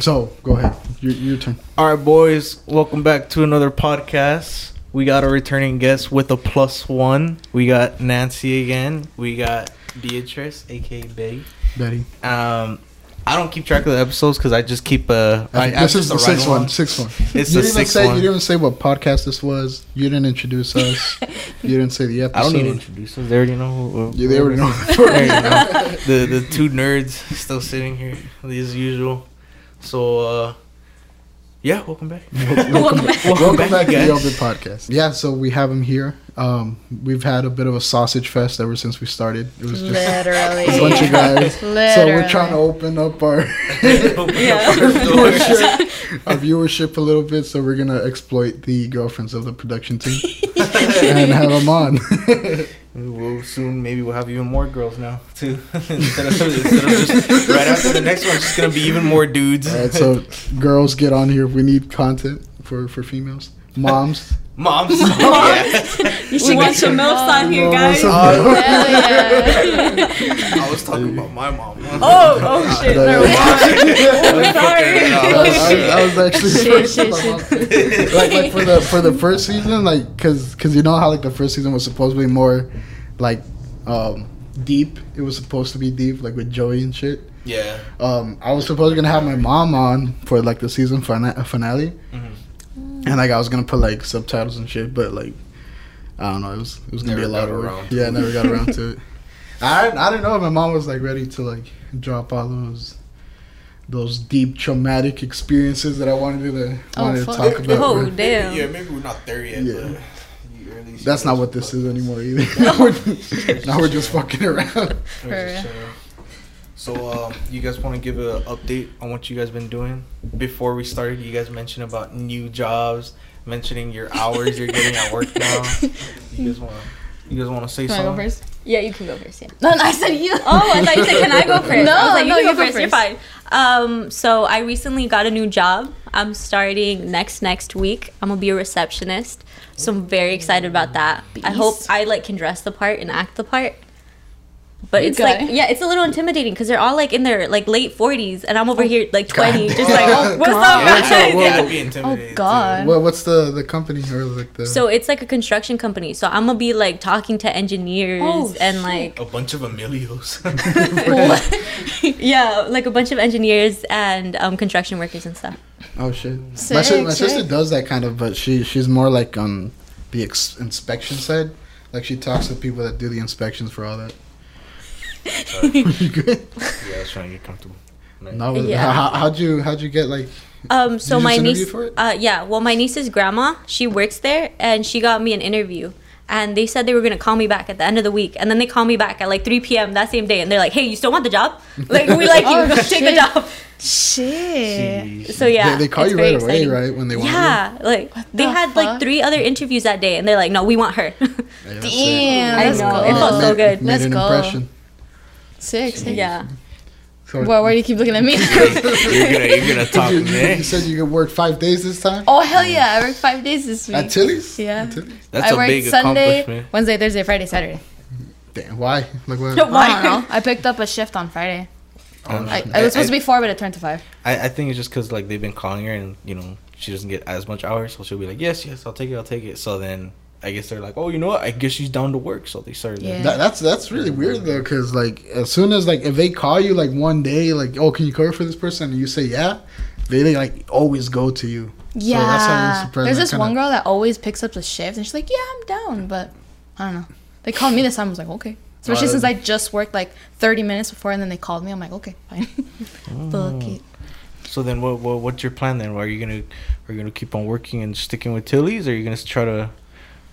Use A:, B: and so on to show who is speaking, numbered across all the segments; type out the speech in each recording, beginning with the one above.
A: So go ahead. Your, your turn.
B: All right, boys, welcome back to another podcast. We got a returning guest with a plus one. We got Nancy again. We got Beatrice, aka Big.
A: Betty.
B: Um, I don't keep track of the episodes because I just keep uh, a. I, I
A: this is
B: just
A: the
B: a
A: sixth
B: run-along.
A: one. Sixth one.
B: It's
A: you
B: the
A: didn't even
B: sixth
A: say,
B: one.
A: You didn't say what podcast this was. You didn't introduce us. you didn't say the episode.
B: I don't need to introduce us. They already know. Who, who-
A: Yeah, they already know.
B: There you go. the the two nerds still sitting here as usual. So uh, yeah, welcome back.
A: Welcome, welcome
B: back,
A: back, to
B: guys.
A: the Open Podcast. Yeah, so we have him here. Um, we've had a bit of a sausage fest ever since we started. It was just
C: Literally.
A: a bunch of guys.
C: Literally.
A: So we're trying to open up our, viewership, our viewership a little bit. So we're gonna exploit the girlfriends of the production team and have them on.
B: We will soon. Maybe we'll have even more girls now too. instead, of, instead of just right after the next one, it's just gonna be even more dudes.
A: All right, so girls, get on here. We need content for for females, moms.
B: Moms. Yeah.
D: You should get your milfs on here, guys.
C: Oh,
A: Moms.
B: I was talking about my mom.
D: Oh, oh shit.
A: No,
D: Never
A: no.
D: mind. Oh,
A: I,
D: Sorry.
A: I- I was actually
C: Oh, Shit, shit,
A: like like for the for the first season, like cause cause you know how like the first season was supposedly more like um deep. It was supposed to be deep, like with Joey and shit.
B: Yeah.
A: Um, I was supposed gonna have my mom on for like the season fina- finale,
B: Mhm.
A: and like I was gonna put like subtitles and shit, but like I don't know, it was it was gonna
B: Never
A: be a lot
B: got
A: of
B: around
A: work.
B: to
A: Yeah, I never got around to it. I I don't know if my mom was like ready to like drop all those those deep traumatic experiences that I wanted to
C: Oh,
A: wanted to
C: fuck.
A: talk about.
D: Oh,
A: with-
D: damn.
B: Yeah, maybe we're not there yet.
A: Yeah.
B: But you- or at least
A: That's
B: you
A: not
B: guys-
A: what this is anymore either. now, we're, now we're just fucking around.
B: Or is it so- So, um, you guys want to give a update on what you guys been doing before we started? You guys mentioned about new jobs, mentioning your hours you're getting at work now. You guys want to, you guys want to say
C: Can I go
B: something?
C: first?
D: Yeah, you can go first. Yeah.
C: No, no, I said you.
D: Oh, I thought you said, can I go first?
C: No,
D: I was like,
C: no, you
D: you, can go,
C: go
D: first. You're fine. Um, so I recently got a new job. I'm starting next next week. I'm gonna be a receptionist. So I'm very excited about that. I hope
C: Beast.
D: I like can dress the part and act the part. But
C: You
D: it's
C: got
D: like,
C: it.
D: yeah, it's a little intimidating because they're all like in their like late 40s, and I'm over here like 20, just
B: damn.
D: like,
B: Oh,
D: what's
C: Oh, God.
D: up,
A: Yeah,
D: guys?
A: so,
B: Yeah,
A: well,
B: I'd be intimidated.
C: Oh God.
A: Well, what's the the company or like the
D: So it's like a construction company. So I'm gonna be like talking to engineers
C: Oh,
D: and
C: shit.
D: like
B: too. A bunch of Emilios.
D: yeah, like a bunch of engineers and um, construction workers and stuff.
A: Oh shit! my si-
C: Sick,
A: my sister
C: sick.
A: does that kind of, but she she's more like on the ex- inspection side. Like she talks to people that do the inspections for all that. you good?
B: yeah, I was trying to get comfortable.
A: No.
D: Yeah.
A: How, how'd you how'd you get like?
D: Um, so
A: you
D: my
A: just interview
D: niece,
A: for it?
D: uh, yeah, well, my niece's grandma, she works there, and she got me an interview. And they said they were gonna call me back at the end of the week, and then they called me back at like 3 p.m. that same day, and they're like, "Hey, you still want the job? Like, we like you,
C: Oh,
D: go take
C: shit.
D: the job."
C: Shit.
D: So yeah,
A: they, they call
D: it's
A: you
D: very
A: right away,
D: exciting.
A: right? When they want
D: Yeah, like they
C: the
D: had
C: fuck?
D: like three other interviews that day, and they're like, "No, we want her."
A: you. Yeah, that's it.
C: Damn. Oh,
D: I
C: Let's
D: know,
C: go.
D: it felt so
A: Made-
D: good.
A: Made
C: Let's
A: an
C: go.
A: impression.
C: Sick. sick.
D: yeah,
A: So,
C: Well, why do you keep looking at me?
B: you're gonna you're gonna talk
A: you, you- you
B: next.
A: said you could work five days this time
C: oh hell yeah! I worked five days this week.
A: at Tilly's.
C: Yeah.
A: At Tilly's?
B: That's a
C: I worked
B: big
C: Sunday,
B: accomplishment.
C: Wednesday, Thursday, Friday, Saturday.
A: Damn. Why? Like what?
C: I don't know. I picked up a shift on Friday.
B: Oh,
C: I, it was supposed to be four, but it turned to five.
B: I, I think it's just because like they've been calling her and you know she doesn't get as much hours, so she'll be like, yes, yes, I'll take it, I'll take it. So then I guess they're like, oh, you know what? I guess she's down to work, so they started.
C: Yeah.
A: That, that's that's really weird though, because like as soon as like if they call you like one day, like oh can you cover for this person, and you say yeah, they, they like always go to you.
C: Yeah.
A: that's why I'm surprised
C: There's
A: that
C: this
A: kinda-
C: one girl that always picks up the shift, and she's like, "Yeah, I'm down," but I don't know. They called me this time. I was like, "Okay." Especially
A: Wow.
C: since I just worked like 30 minutes before, and then they called me. I'm like, "Okay, fine."
A: Oh.
C: Fuck it.
B: So then what, what what's your plan then? Are you gonna are you gonna keep on working and sticking with Tilly's, or are you gonna try to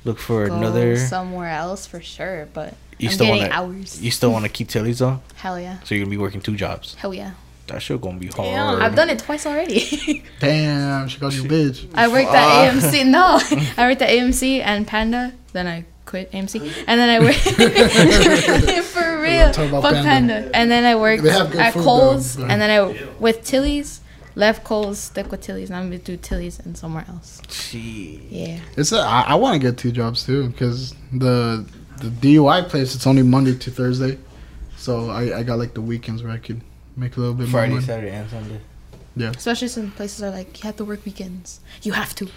B: look for
C: Go
B: another?
C: somewhere else for sure, but
B: You
C: I'm
B: still
C: getting
B: wanna-
C: hours.
B: You still want to keep Tilly's on,
C: Hell yeah.
B: so you're gonna be working two jobs.
C: Hell yeah.
B: That shit gonna be hard.
C: I've done it twice already.
A: Damn, she called you bitch.
C: I worked at AMC. No, I worked at AMC and Panda. Then I quit AMC, and then I worked for real.
A: talk about
C: Fuck Panda.
A: Panda.
C: And then I worked
A: They have good
C: at
A: food, though.
C: Coles,
A: Go
C: and then I with Tilly's. Left Coles, stick with Tilly's, and I'm gonna do Tilly's and somewhere else.
B: Shit.
C: Yeah.
A: It's a, I, I want to get two jobs too, because the the DUI place it's only Monday to Thursday, so I, I got like the weekends where I could make a little bit
B: Friday,
C: Mm-hmm.
A: more money.
B: Saturday, and Sunday.
A: Yeah.
C: Especially since places are like, you have to work weekends. You have to.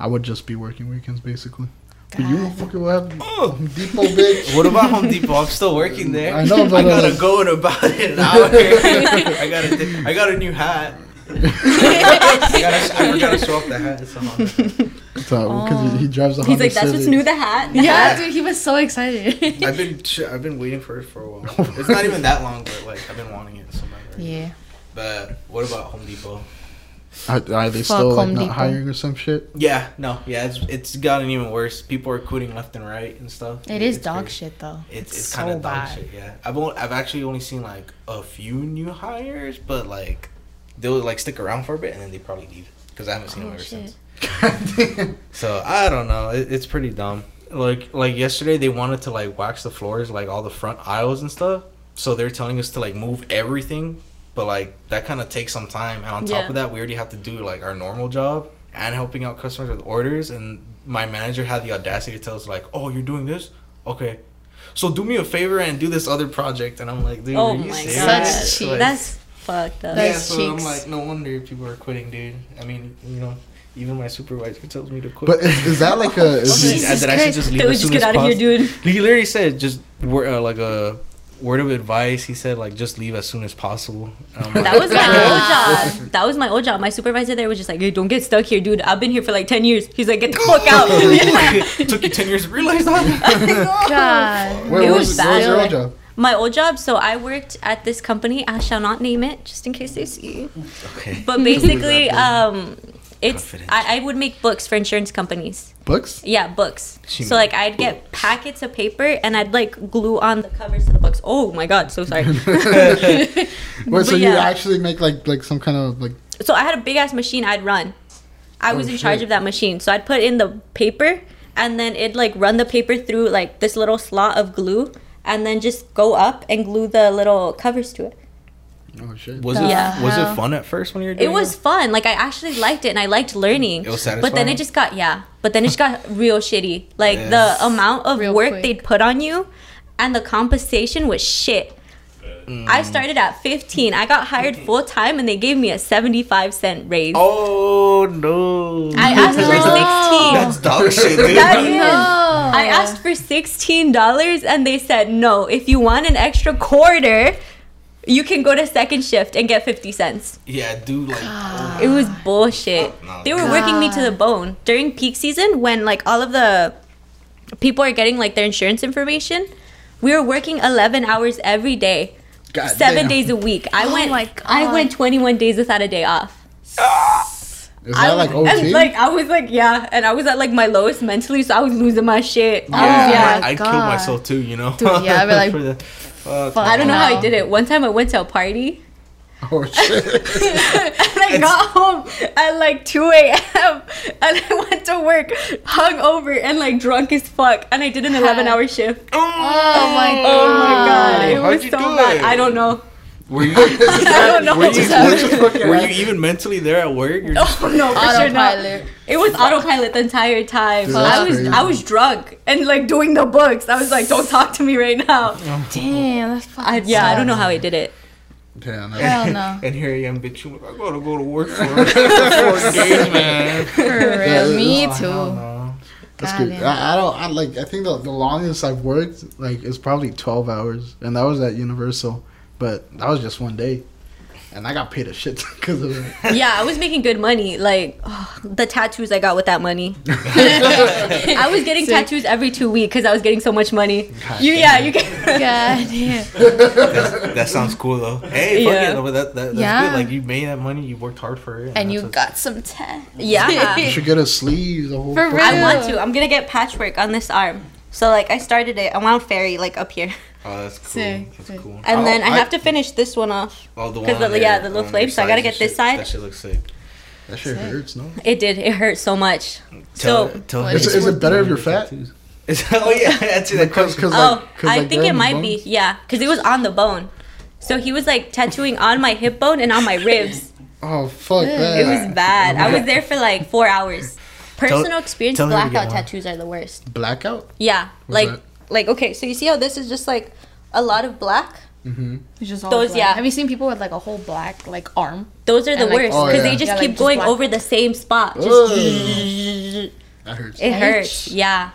A: I would just be working weekends basically. But you
C: God.
A: fucking will have
B: Oh.
A: Home Depot, bitch.
B: What about Home Depot? I'm still working there.
A: I know,
B: I
A: but,
B: gotta
A: uh,
B: go in about an hour. I got a, di- I got a new hat. I gotta, I gotta show off the hat. It's a Honda.
A: So, because he, he drives a
D: He's
A: Honda
D: like, that's what's
A: Civic.
D: new, the hat. The
C: Yeah,
D: hat.
C: dude, he was so excited.
B: I've been, ch- I've been waiting for it for a while. It's not even that long, but like I've been wanting it so much.
C: yeah.
B: But what about Home Depot?
A: Are, are they
C: Fuck
A: still like
C: Home
A: not
C: Depot.
A: hiring or some shit?
B: Yeah, no, yeah, it's it's gotten even worse. People are quitting left and right and stuff.
C: It is
B: It's
C: dog
B: crazy.
C: shit though.
B: It's, it's, kind of dog shit. Yeah, I've only, I've actually only seen like a few new hires, but like they'll like stick around for a bit and then they probably leave because I haven't seen
D: Oh,
B: them ever
D: shit.
B: since. So I don't know. It, it's pretty dumb. Like like yesterday they wanted to like wax the floors, like all the front aisles and stuff. So they're telling us to like move everything, but like that kind of takes some time. And on top
D: Yeah.
B: of that, we already have to do like our normal job and helping out customers with orders. And my manager had the audacity to tell us like, "Oh, you're doing this? Okay." So do me a favor and do this other project, and I'm like, dude,
D: Oh
B: are you
D: my
B: serious?
D: god.
C: Such cheeks.
B: Like,
D: That's fucked up.
B: yeah,
C: That's
B: so I'm
C: cheeks.
B: like, no wonder people are quitting, dude. I mean, you know, even my supervisor tells me to quit.
A: But is, is that like a?
D: Oh,
A: Is
B: She
A: it,
C: Jesus
B: said that I should
C: Christ.
B: just leave
D: Dude,
B: as soon
D: just get
B: as
D: out of here,
B: possible.
D: dude.
B: He literally said just wor- uh, like a word of advice. He said like just leave as soon as possible. And I'm
D: That
B: like,
D: was my old job. That was my old job. My supervisor there was just like, hey, don't get stuck here, dude. I've been here for like 10 years. He's like, get the fuck out.
B: it took you ten years to realize that.
C: God.
A: where
D: It
A: was,
D: was
A: where was your
D: bad.
A: old job?
D: my old job, so I worked at this company. I shall not name it just in case they see.
B: Okay.
D: But basically, um, it's
B: Confidential.
D: I, I would make books for insurance companies.
A: Books?
D: Yeah, books.
B: She
D: so like I'd get packets of paper and I'd like glue on the covers to the books. Oh my god, so sorry.
A: Wait, so
D: But
A: you
D: yeah.
A: actually make like like some kind of like
D: so I had a big ass machine I'd run. I was
A: Oh,
D: in charge
A: shit.
D: of that machine. So I'd put in the paper and then it'd like run the paper through like this little slot of glue and then just go up and glue the little covers to it.
A: oh shit.
B: Was
C: The
B: it
C: Yeah.
B: was it
C: hell?
B: fun at first when you were doing
D: It was fun. Like I actually liked it and I liked learning.
B: It was
D: But then
B: satisfying?
D: it just got yeah. But then it just got real shitty. Like
B: Yes.
D: the amount of
C: Real
D: work
C: quick.
D: they'd put on you and the compensation was shit.
B: Mm.
D: I started at 15. I got hired full time and they gave me a 75 cent raise.
B: Oh no!
D: I asked for 16.
C: No.
B: That's dog shit, dude.
D: That is-
C: No.
D: I asked for $16 and they said, "No, if you want an extra quarter, you can go to second shift and get 50 cents."
B: yeah, dude. Like, oh,
D: It
C: Ah.
D: was bullshit.
B: No.
D: They were working me to the bone during peak season when like all of the people are getting like their insurance information. We were working 11 hours every day,
A: God
D: 7
A: damn.
D: days a week. I went
C: Oh my
D: I
C: God.
D: went 21 days without a day off.
A: Is that
D: I
A: like
D: was- and,
A: OT?
D: like I was like yeah, and I was at like my lowest mentally, so I was losing my shit. I was-
B: yeah,
C: yeah.
B: I'd kill
C: God.
B: myself too. You know.
C: Dude, yeah, I'd be like,
B: For the- fuck.
D: I don't know how I
C: Wow.
D: did it. One time I went to a party
A: oh shit.
D: and I got home at like 2 a.m. and I went to work hungover and like drunk as fuck. And I did an 11 hour shift.
C: Oh my god.
D: Oh my god, it
B: how'd
D: was
B: you
D: so
B: do
D: bad.
B: it?
D: I don't know.
B: Were you?
D: I don't know.
B: Were you,
A: What the fuck
B: were you even mentally there at work? You're just-
D: Oh, no, for sure not.
C: Autopilot.
D: It was autopilot the entire time.
A: Dude, that's
D: I was
A: crazy.
D: I was drunk and like doing the books. I was like, don't talk to me right now.
C: Damn, that's fucking
D: I, yeah, I don't know
C: sucks.
D: how I did it.
A: Damn. That's,
C: Hell Oh, no.
B: And here I am, bitch. you I gotta go to work for, for days, man.
C: For
A: Yeah,
C: real. Me
B: Oh, hell
C: too.
B: no.
A: that's
C: God
A: good.
C: damn.
A: I, I don't. I like. I think the, the longest I've worked like is probably twelve hours, and that was at Universal, but that was just one day, and I got paid a shit because of it.
D: Yeah, I was making good money. Like oh, the tattoos I got with that money. I was getting
C: Sick.
D: tattoos every two weeks because I was getting so much money.
B: God
D: you, yeah, you can.
C: God damn.
B: That sounds cool though. Hey, fuck
D: Yeah.
B: it. though, That, that, that's
C: Yeah.
B: good. Like you made that money, you worked hard for it,
C: And you
B: that's
C: got some tat.
A: You
D: Yeah,
A: should get a sleeve. The whole.
C: For
A: fucking-
D: I want to. I'm gonna get patchwork on this arm. So like I started it. I want fairy like up here,
B: what's- Oh, that's cool.
C: Sick,
B: That's
C: sick.
B: cool.
D: and
A: Oh,
D: then I,
A: I-
D: have to finish this one off.
B: Oh, the one.
D: Because
B: on
D: the-
B: your-
D: yeah, the little
B: on your
D: flames, so I gotta
B: sides and
D: get this
B: shit.
D: side.
B: That shit looks sick.
A: That shit
C: Sick.
A: hurts. No.
D: It did. It hurt so much.
B: Tell,
D: So-
B: tell
C: Is
B: him
C: it- is
A: it better if
B: to
A: you're
B: get
A: fat?
B: tattoos. oh yeah, that's it. That
A: Because
B: comes.
A: because
D: oh,
A: like, 'cause,
D: I
A: like,
D: think
A: they're
D: it
A: in the
D: might
A: bone.
D: be. Yeah, because it was on the bone. So he was like tattooing on my hip bone and on my ribs.
A: Oh fuck that.
D: It was bad. I was there for like four hours. Personal experience
B: tell her to get
D: blackout
B: one.
D: tattoos are the worst.
A: blackout.
D: Yeah,
A: What's
D: like like okay. So you see how this is just like a lot of black,
A: Mm-hmm.
C: It's just all
D: Those,
C: black.
D: yeah.
C: Have you seen people with like a whole black like arm?
D: Those are the
C: And, like,
D: worst
A: Oh,
D: because
A: yeah.
D: they just
C: Yeah, like,
D: keep
C: just
D: going
C: black.
D: over the same spot. Just-
A: That hurts.
D: it hurts. Yeah.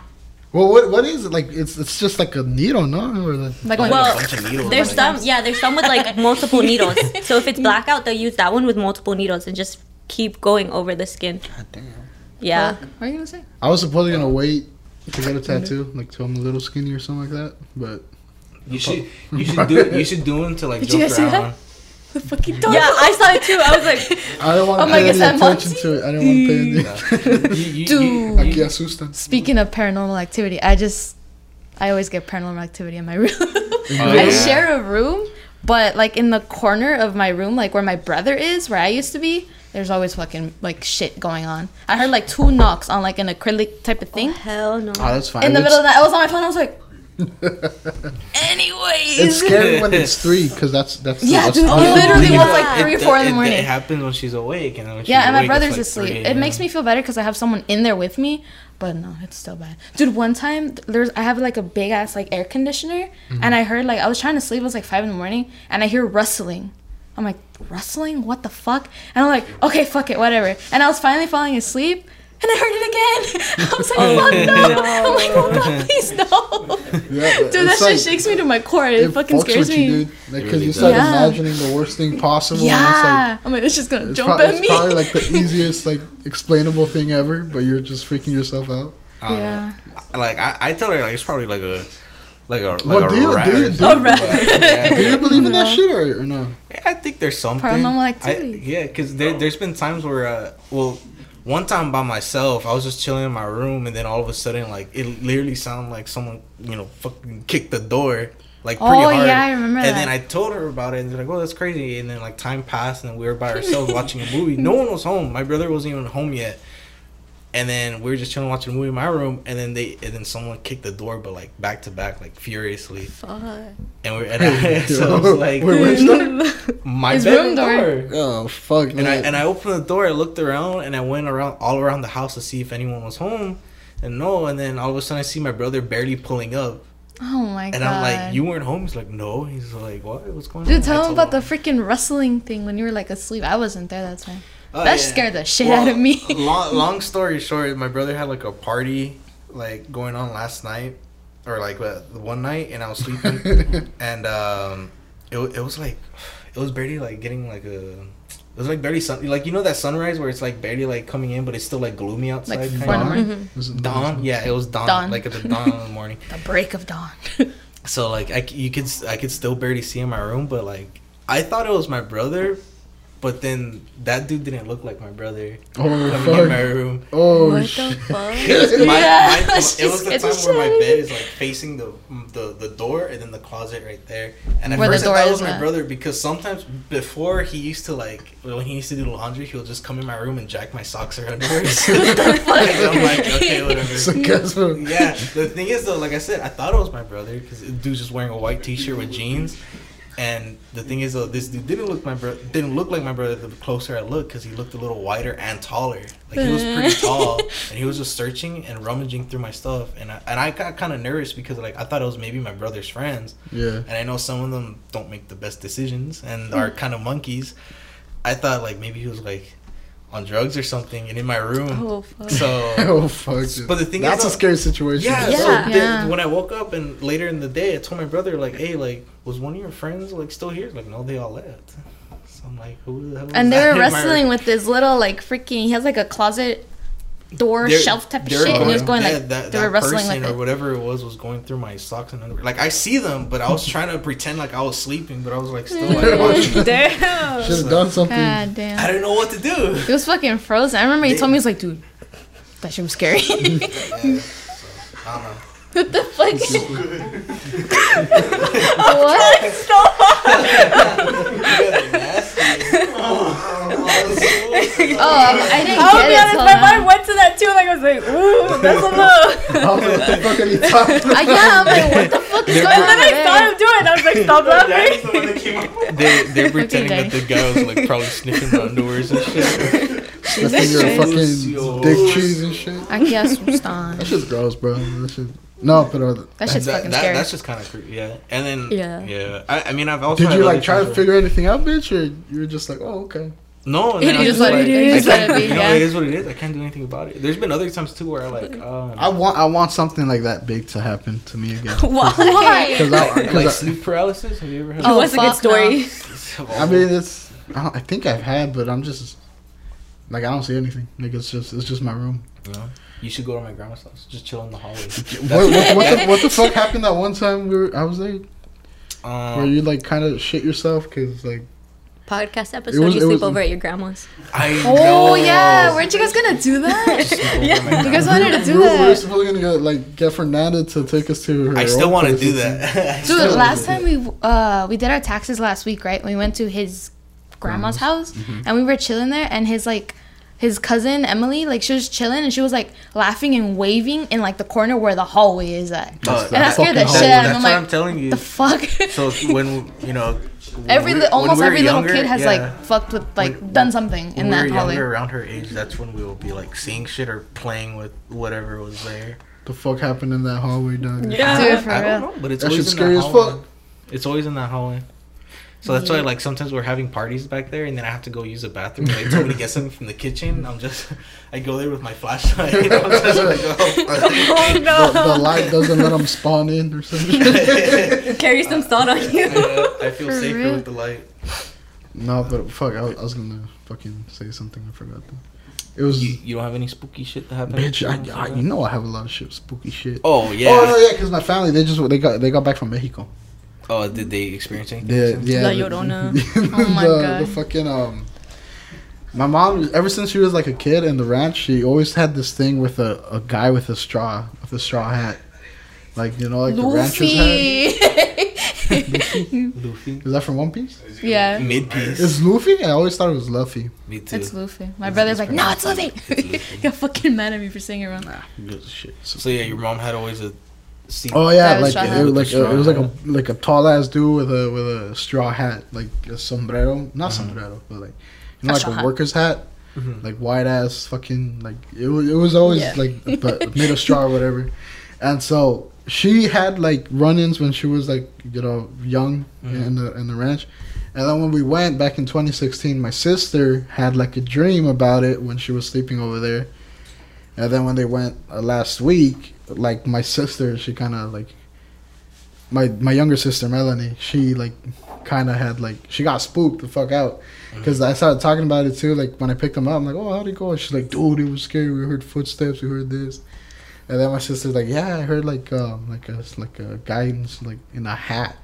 A: Well, what what is it like? It's it's just like a needle, no? Or like,
C: Like when
D: Well,
B: bunch of needles,
D: there's
B: like-
D: some. Yeah, there's some with like multiple needles. So if it's blackout, they'll use that one with multiple needles and just keep going over the skin.
A: God damn.
D: Yeah.
C: What are you gonna say?
A: I was supposedly gonna wait to get a tattoo, like till I'm a little skinny or something like that. But
B: You should you should do you should do them to like
C: Did you
B: joke
C: guys see
B: around.
C: The fucking
D: Yeah, I saw it too. I was like,
A: I don't want to
C: Oh my
A: pay any
C: gosh, I'm
A: attention
C: Monty.
A: to it. I don't want to pay any.
B: You- you-
C: Dude.
B: you- you-
A: Aquí asustan.
C: Speaking of paranormal activity, I just I always get paranormal activity in my room.
B: yeah.
C: I share a room, but like in the corner of my room, like where my brother is, where I used to be, there's always fucking like shit going on. I heard like two knocks on like an acrylic type of thing.
D: hell no.
A: Oh, that's fine.
C: in the
A: It's-
C: middle of that, I was on my phone. I was like,
A: It's
D: Anyways.
A: scary when it's three, cause that's that's
C: Yeah,
A: that's
C: dude,
A: not
C: it literally
A: legal.
C: was like
B: It-
C: three or
B: it-
C: four in the
B: it-
C: morning.
B: It happens when she's awake and then when she's
C: Yeah, and my
B: awake, it's,
C: brother's
B: like,
C: asleep.
B: 3
C: It
B: a.m.
C: makes me feel better because I have someone in there with me. But no, it's still bad, dude. One time, th- there's I have like a big ass like air conditioner,
A: Mm-hmm.
C: and I heard like I was trying to sleep. It was like five in the morning, and I hear rustling. I'm like rustling, what the fuck? And I'm like, okay, fuck it, whatever. And I was finally falling asleep, and I heard it again. I was
A: Oh.
C: like, fuck no. I'm like, oh god, please no.
A: Yeah, but
C: dude, that
A: it's
C: shit
A: like-
C: shakes me to my core. It,
A: it
C: fucking
A: fucks
C: scares
A: with
C: me.
A: You, dude. Like, cause
E: really
A: you
E: does.
A: start
C: Yeah.
A: imagining the worst thing possible. And
C: Yeah, I'm like, it's just gonna
A: it's like, it's,
C: jump
A: pro-
C: at
A: it's
C: me.
A: probably like the easiest, like explainable thing ever, but you're just freaking yourself out.
B: I don't
C: Yeah.
B: know. Like I, I tell her like it's probably like a like a like
A: Well,
B: a
A: do you-
B: rat
A: do you-
B: or
A: do
B: something,
D: you- A
B: but-
A: Do
B: yeah.
A: you believe in that shit or, or no?
B: Yeah, I think there's something.
C: Paranormal
B: I-
C: activity.
B: yeah, because there, there's been times where, uh, well, one time by myself, I was just chilling in my room, and then all of a sudden, like, it literally sounded like someone, you know, fucking kicked the door, like, pretty
C: Oh,
B: hard.
C: yeah, I remember
B: And then
C: that.
B: I told her about it, and they're like, oh, that's crazy. And then, like, time passed, and then we were by ourselves watching a movie. No one was home. My brother wasn't even home yet. And then we were just chilling, watching a movie in my room, and then they, and then someone kicked the door, but like back to back, like furiously. And we're, and I, so I was like,
A: Wait, where's that?
B: my
C: His
B: bedroom
C: room door.
B: door.
A: Oh fuck,
B: And I
A: man.
B: and I opened the door, I looked around, and I went around all around the house to see if anyone was home, and no. And then all of a sudden, I see my brother barely pulling up,
C: Oh my god.
B: and I'm like, "You weren't home." He's like, "No." He's like, "What? What's going on?"
C: Dude, tell
B: I
C: him
B: told
C: about the freaking rustling thing when you were like asleep. I wasn't there that time.
B: Oh,
C: that
B: yeah.
C: scared the shit
B: Well,
C: out of me.
B: long, long story short, my brother had like a party like going on last night, or like uh, the one night, and I was sleeping, and um, it wa- it was like it was barely like getting like a. It was like barely sun, like you know that sunrise where it's like barely like coming in, but it's still like gloomy outside.
C: Like
B: kinda?
C: four in the morning.
A: Was it
B: Dawn? Yeah, it was dawn.
C: Dawn.
B: Like at the dawn in the morning.
C: The break of dawn.
B: So like I c- you could s- I could still barely see in my room, but like I thought it was my brother, but then that dude didn't look like my brother
A: Oh
B: coming in my
A: fuck.
B: room.
A: Oh
D: What the
A: shit.
D: fuck?
B: It was, my,
C: Yeah,
B: my,
C: she
B: it was the
C: scared the
B: time where my
C: shit out of
B: bed
C: me.
B: is like facing the mm, the, the door and then the closet right there. And at
C: Where the
B: first I
C: door
B: thought it was
C: is
B: my
C: at.
B: brother because sometimes before he used to like when he used to do the laundry, he would just come in my room and jack my socks or underwears. I'm like, okay, whatever.
A: So guess what?
B: yeah, the thing is though, like I said, I thought it was my brother because dude's just wearing a white T-shirt with jeans. And the thing is though, this dude didn't look my bro- didn't look like my brother the closer I looked because he looked a little wider and taller. Like he was pretty tall, and he was just searching and rummaging through my stuff. And I, and I got kind of nervous because like I thought it was maybe my brother's friends.
A: Yeah.
B: And I know some of them don't make the best decisions and are kind of monkeys. I thought like maybe he was like on drugs or something and in my room.
D: Oh, fuck.
B: So
A: Oh fuck. dude.
B: But the thing is, uh,
A: that's
B: though-
A: a scary situation.
B: yeah,
D: Yeah.
B: so then
C: Yeah.
B: when I woke up and later in the day, I told my brother like, "Hey, like, was one of your friends like still here?" He's Like, no, they all left. So I'm like, "Who the hell?"
C: and they were wrestling with this little like freaking. He has like a closet door shelf type of shit, and he was going like they were wrestling with
B: or
C: it.
B: whatever it was was going through my socks and underwear. Like I see them, but I was trying to pretend like I was sleeping, but I was like still like watching.
D: Damn.
A: Should have done something.
C: God
B: I
C: damn.
B: didn't know what to do.
C: It was fucking frozen. I remember he
B: They-
C: told me he was like, dude, that shit was scary.
B: Yeah, so, I don't know.
C: what the fuck? what?
B: You guys are nasty.
C: Oh, I didn't
D: I'll
C: get
D: be
C: it
D: honest,
C: till
D: my
C: now.
D: mind went to that too, like I was like, ooh, that's a low.
A: I was like, what the fuck are you talking about?
C: I, yeah, I'm like, what the fuck is going
D: And then I saw
C: on?
D: him do it, and I was like, stop laughing.
B: They, they're
C: pretending
B: pretending
C: Okay,
B: that the guy was like probably sniffing the underwears and shit.
A: That's when you're fucking
B: Sucios.
A: dick cheese and shit.
C: Aquí asustan.
A: That shit's gross, bro. That shit. No, but uh,
C: That shit's
B: That,
C: fucking
B: that,
C: scary.
B: that's just kind of creepy, yeah. And then,
D: Yeah.
B: yeah, I, I mean, I've also
A: did
B: had
A: you
B: other
A: like try to
B: times
A: figure anything out, bitch, or you were just like, oh okay?
B: where- No, and
C: It
B: then I'm
C: is
B: just
C: what
B: like,
C: it is,
B: I can't-
C: let it be,
B: you know,
C: yeah.
B: it is what it is. I can't do anything about it. There's been other times too where I like,
C: Mm-hmm.
B: um,
A: I want I want something like that big to happen to me again.
D: Why?
A: 'Cause I,
B: like, like
A: 'cause
B: sleep paralysis. Have you ever heard?
C: Oh,
D: Oh, what's a good
C: fuck no.
D: story?
B: of
A: I, I mean, it's I, don't, I think I've had, but I'm just like I don't see anything. Like it's just it's just my room.
B: You, know? You should go to my grandma's house. Just chill in the hallway.
A: What, what, what, the, what the fuck happened that one time we were I was
B: Uh-huh.
A: there where
B: Um,
A: you like kind of shit yourself because like It
D: Podcast episode.
A: was-
D: you
A: it
D: sleep
A: was-
D: over at your grandma's.
B: I know.
C: Oh yeah, weren't you guys gonna do that?
B: yeah.
C: You guys wanted to
A: we
C: do
A: were, we were
C: that.
A: supposed to get, like get Fernanda to take us to her.
B: I still
A: old
B: want to
A: place
B: do
A: and-
B: that.
C: Dude, last time we uh we did our taxes last week, right? We went to his grandma's house
B: Mm-hmm.
C: and we were chilling there and his like his cousin Emily, like she was chilling and she was like laughing and waving in like the corner where the hallway is at.
B: But
C: And I scared the
A: fucking hallway.
C: shit out of him.
B: That's
C: I'm
B: what
C: like,
B: I'm telling you.
C: the fuck?
B: Oh. So when you know,
C: every
B: when
C: li-
B: we-
C: almost
B: when we
C: every
B: were
C: little
B: younger,
C: kid has
B: yeah,
C: like fucked with like
B: When-
C: done something
B: when
C: in
B: we
C: that
B: were
C: hallway.
B: younger, around her age, that's when we would be like seeing shit or playing with whatever was there.
A: The fuck happened in that hallway, dog?
C: Dude, for
B: I don't
C: real.
B: know, but it's
A: That
B: always
A: shit's
B: in
A: scary
B: that
A: as
B: hallway.
A: fuck.
B: It's always in that hallway. So that's why, like, sometimes we're having parties back there, and then I have to go use the bathroom. Like, somebody gets something from the kitchen. I'm just, I go there with my flashlight. I'm just like, oh.
D: Oh
A: The, the light doesn't let them spawn in or something.
D: Carry some salt on you.
B: Yeah, I feel
C: For
B: safer
C: real?
B: with the light.
A: no, but fuck, I was, I was gonna fucking say something I forgot. Though. It was
B: You, you don't have any spooky shit that happened.
A: bitch. I, I, you know I have a lot of shit, spooky shit.
B: oh yeah.
A: Oh no,
B: Oh,
A: yeah, because my family they just they got they got back from Mexico.
B: Oh, did they experience anything?
A: They, yeah,
D: La
A: the-
D: Llorona.
C: Oh my
A: the,
C: God.
A: the fucking um. My mom, ever since she was like a kid in the ranch, she always had this thing with a, a guy with a straw, with a straw hat, like you know, like the rancher's hat.
C: Luffy.
B: Luffy.
A: Is that from One Piece?
C: yeah.
B: Mid piece.
A: Is Luffy? I always thought it was Luffy.
B: Me too.
C: It's Luffy. My brother's like, no, it's Luffy.
B: It's Luffy.
C: Got fucking mad at me for saying it wrong.
A: shit.
B: So yeah, your mom had always a scene.
A: Oh yeah,
C: That was
A: like
C: straw
A: it, was
B: hat.
A: like a, it was like a like a tall ass dude with a with a straw hat, like a sombrero, not sombrero, but like you know,
C: A
A: like
C: straw
A: a
C: hat.
A: worker's hat,
B: Mm-hmm.
A: like white ass fucking like it was it was always
C: Yeah.
A: like but made of straw or whatever, and so she had like run-ins when she was like you know young in the in the ranch. And then when we went back in 2016, my sister had like a dream about it when she was sleeping over there. And then when they went uh, last week, like my sister, she kind of like my my younger sister Melanie, she like kind of had like she got spooked the fuck out because I started talking about it too. Like when I picked them up, I'm like, oh, how'd it go? And she's like, dude, it was scary. We heard footsteps. We heard this. And then my sister's like, yeah, I heard like um like a like a guy in s- like in a hat.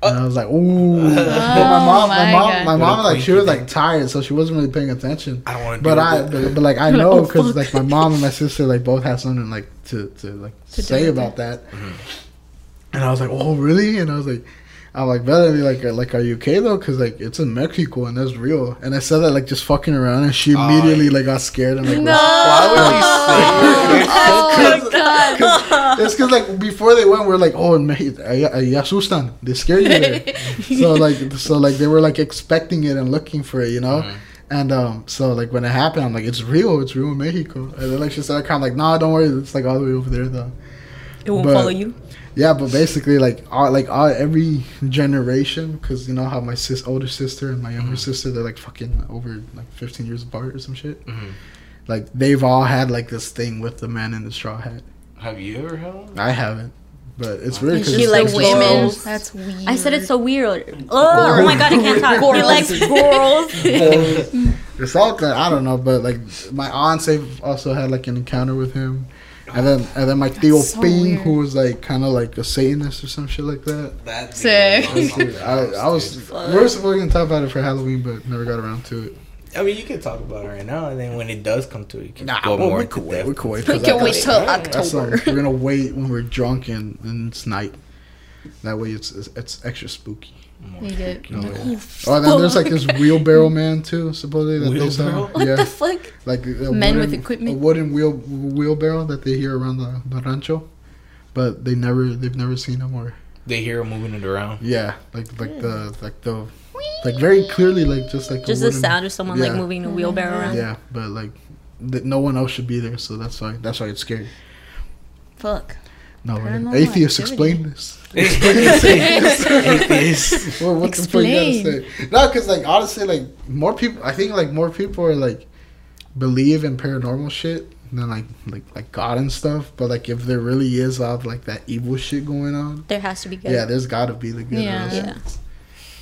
A: And I was like, ooh. but my
C: Oh
A: mom,
C: my
A: my mom,
C: God.
A: my
B: What a
A: mom, like she
B: creepy
A: was
B: thing.
A: like tired, so she wasn't really paying attention.
B: I don't want to.
A: But I,
B: do
A: but, but like I
C: You're like,
A: know
C: "Oh,
A: because
C: fuck."
A: like my mom and my sister like both have something like to to like
C: To do
A: say
C: with
A: about that. And I was like, oh really? And I was like, I'm like, better be like, uh, like are you okay though? Because like it's in Mexico and that's real. And I said that like just fucking around, and she
B: Oh,
A: immediately like got scared and like.
C: Oh my god.
A: It's because like before they went, we are like, oh, in Mexico, ay- ay- asustan, they scare you there. so like, so like they were like expecting it and looking for it, you know. And um, so like when it happened, I'm like, it's real, it's real in Mexico. And then like she said, I kind of like, nah, don't worry, it's like all the way over there though.
D: It won't
A: But-
D: follow you.
A: Yeah, but basically like all like all every generation, because you know how my sis older sister and my younger
C: Mm-hmm.
A: sister, they're like fucking over like 15 years apart or some shit.
B: Mhm.
A: Like they've all had like this thing with the man in the straw hat.
B: Have you ever had one?
A: I haven't, but it's weird
D: She
A: it's
D: like
A: just
D: women.
A: all-
D: girls.
C: That's weird.
D: I said it's so weird. Oh, oh my god, I can't talk. He
C: Girls.
D: likes girls.
A: It's all good. I don't know, but like my aunts, they've also had like an encounter with him, and then and then my Theo
C: so
A: Ping, who
C: weird.
A: was like kind of like a Satanist or some shit like that.
B: That
C: Sick.
A: Dude, I, I was we were supposed to talk about it for Halloween, but never got around to it.
B: I mean, you can talk about it right now, and then when it does come to it, you can
A: Nah,
B: go
A: well,
B: more
A: we
B: into
A: could wait.
B: depth.
A: We could wait.
C: we
A: 'cause
C: can
A: that-
C: wait till
A: That's all.
C: October.
A: We're gonna wait when we're drunk and, and it's night. That way it's it's, it's extra spooky.
C: We get-
A: No way. Oh, and then there's like this wheelbarrow man too, supposedly. That they saw.
B: Wheelbarrow?
C: What
A: Yeah,
C: the fuck?
A: like a
C: Men with
A: wooden-
C: equipment?
A: a wooden wheel wheelbarrow that they hear around the, the rancho, but they never they've never seen him or
B: They hear him moving it around.
C: Hmm.
A: yeah, like like the like the like very clearly, like just like a
D: Just the
A: wooden-
D: sound of someone like
A: Yeah.
D: moving a wheelbarrow around.
A: Yeah, but like th- no one else should be there, so that's why that's why it's scary.
C: Fuck.
A: No, right?
C: Paranormal
A: atheists
C: activity.
A: explain this.
B: Atheist.
A: Well, what
C: Explain.
A: the fuck you gotta say? No, because like honestly, like more people, I think like more people are like believe in paranormal shit than like like like God and stuff. But like if there really is of like that evil shit going on,
D: There has to be good.
A: yeah, there's gotta be the good.
C: Yeah.
A: Yeah,
D: Yeah.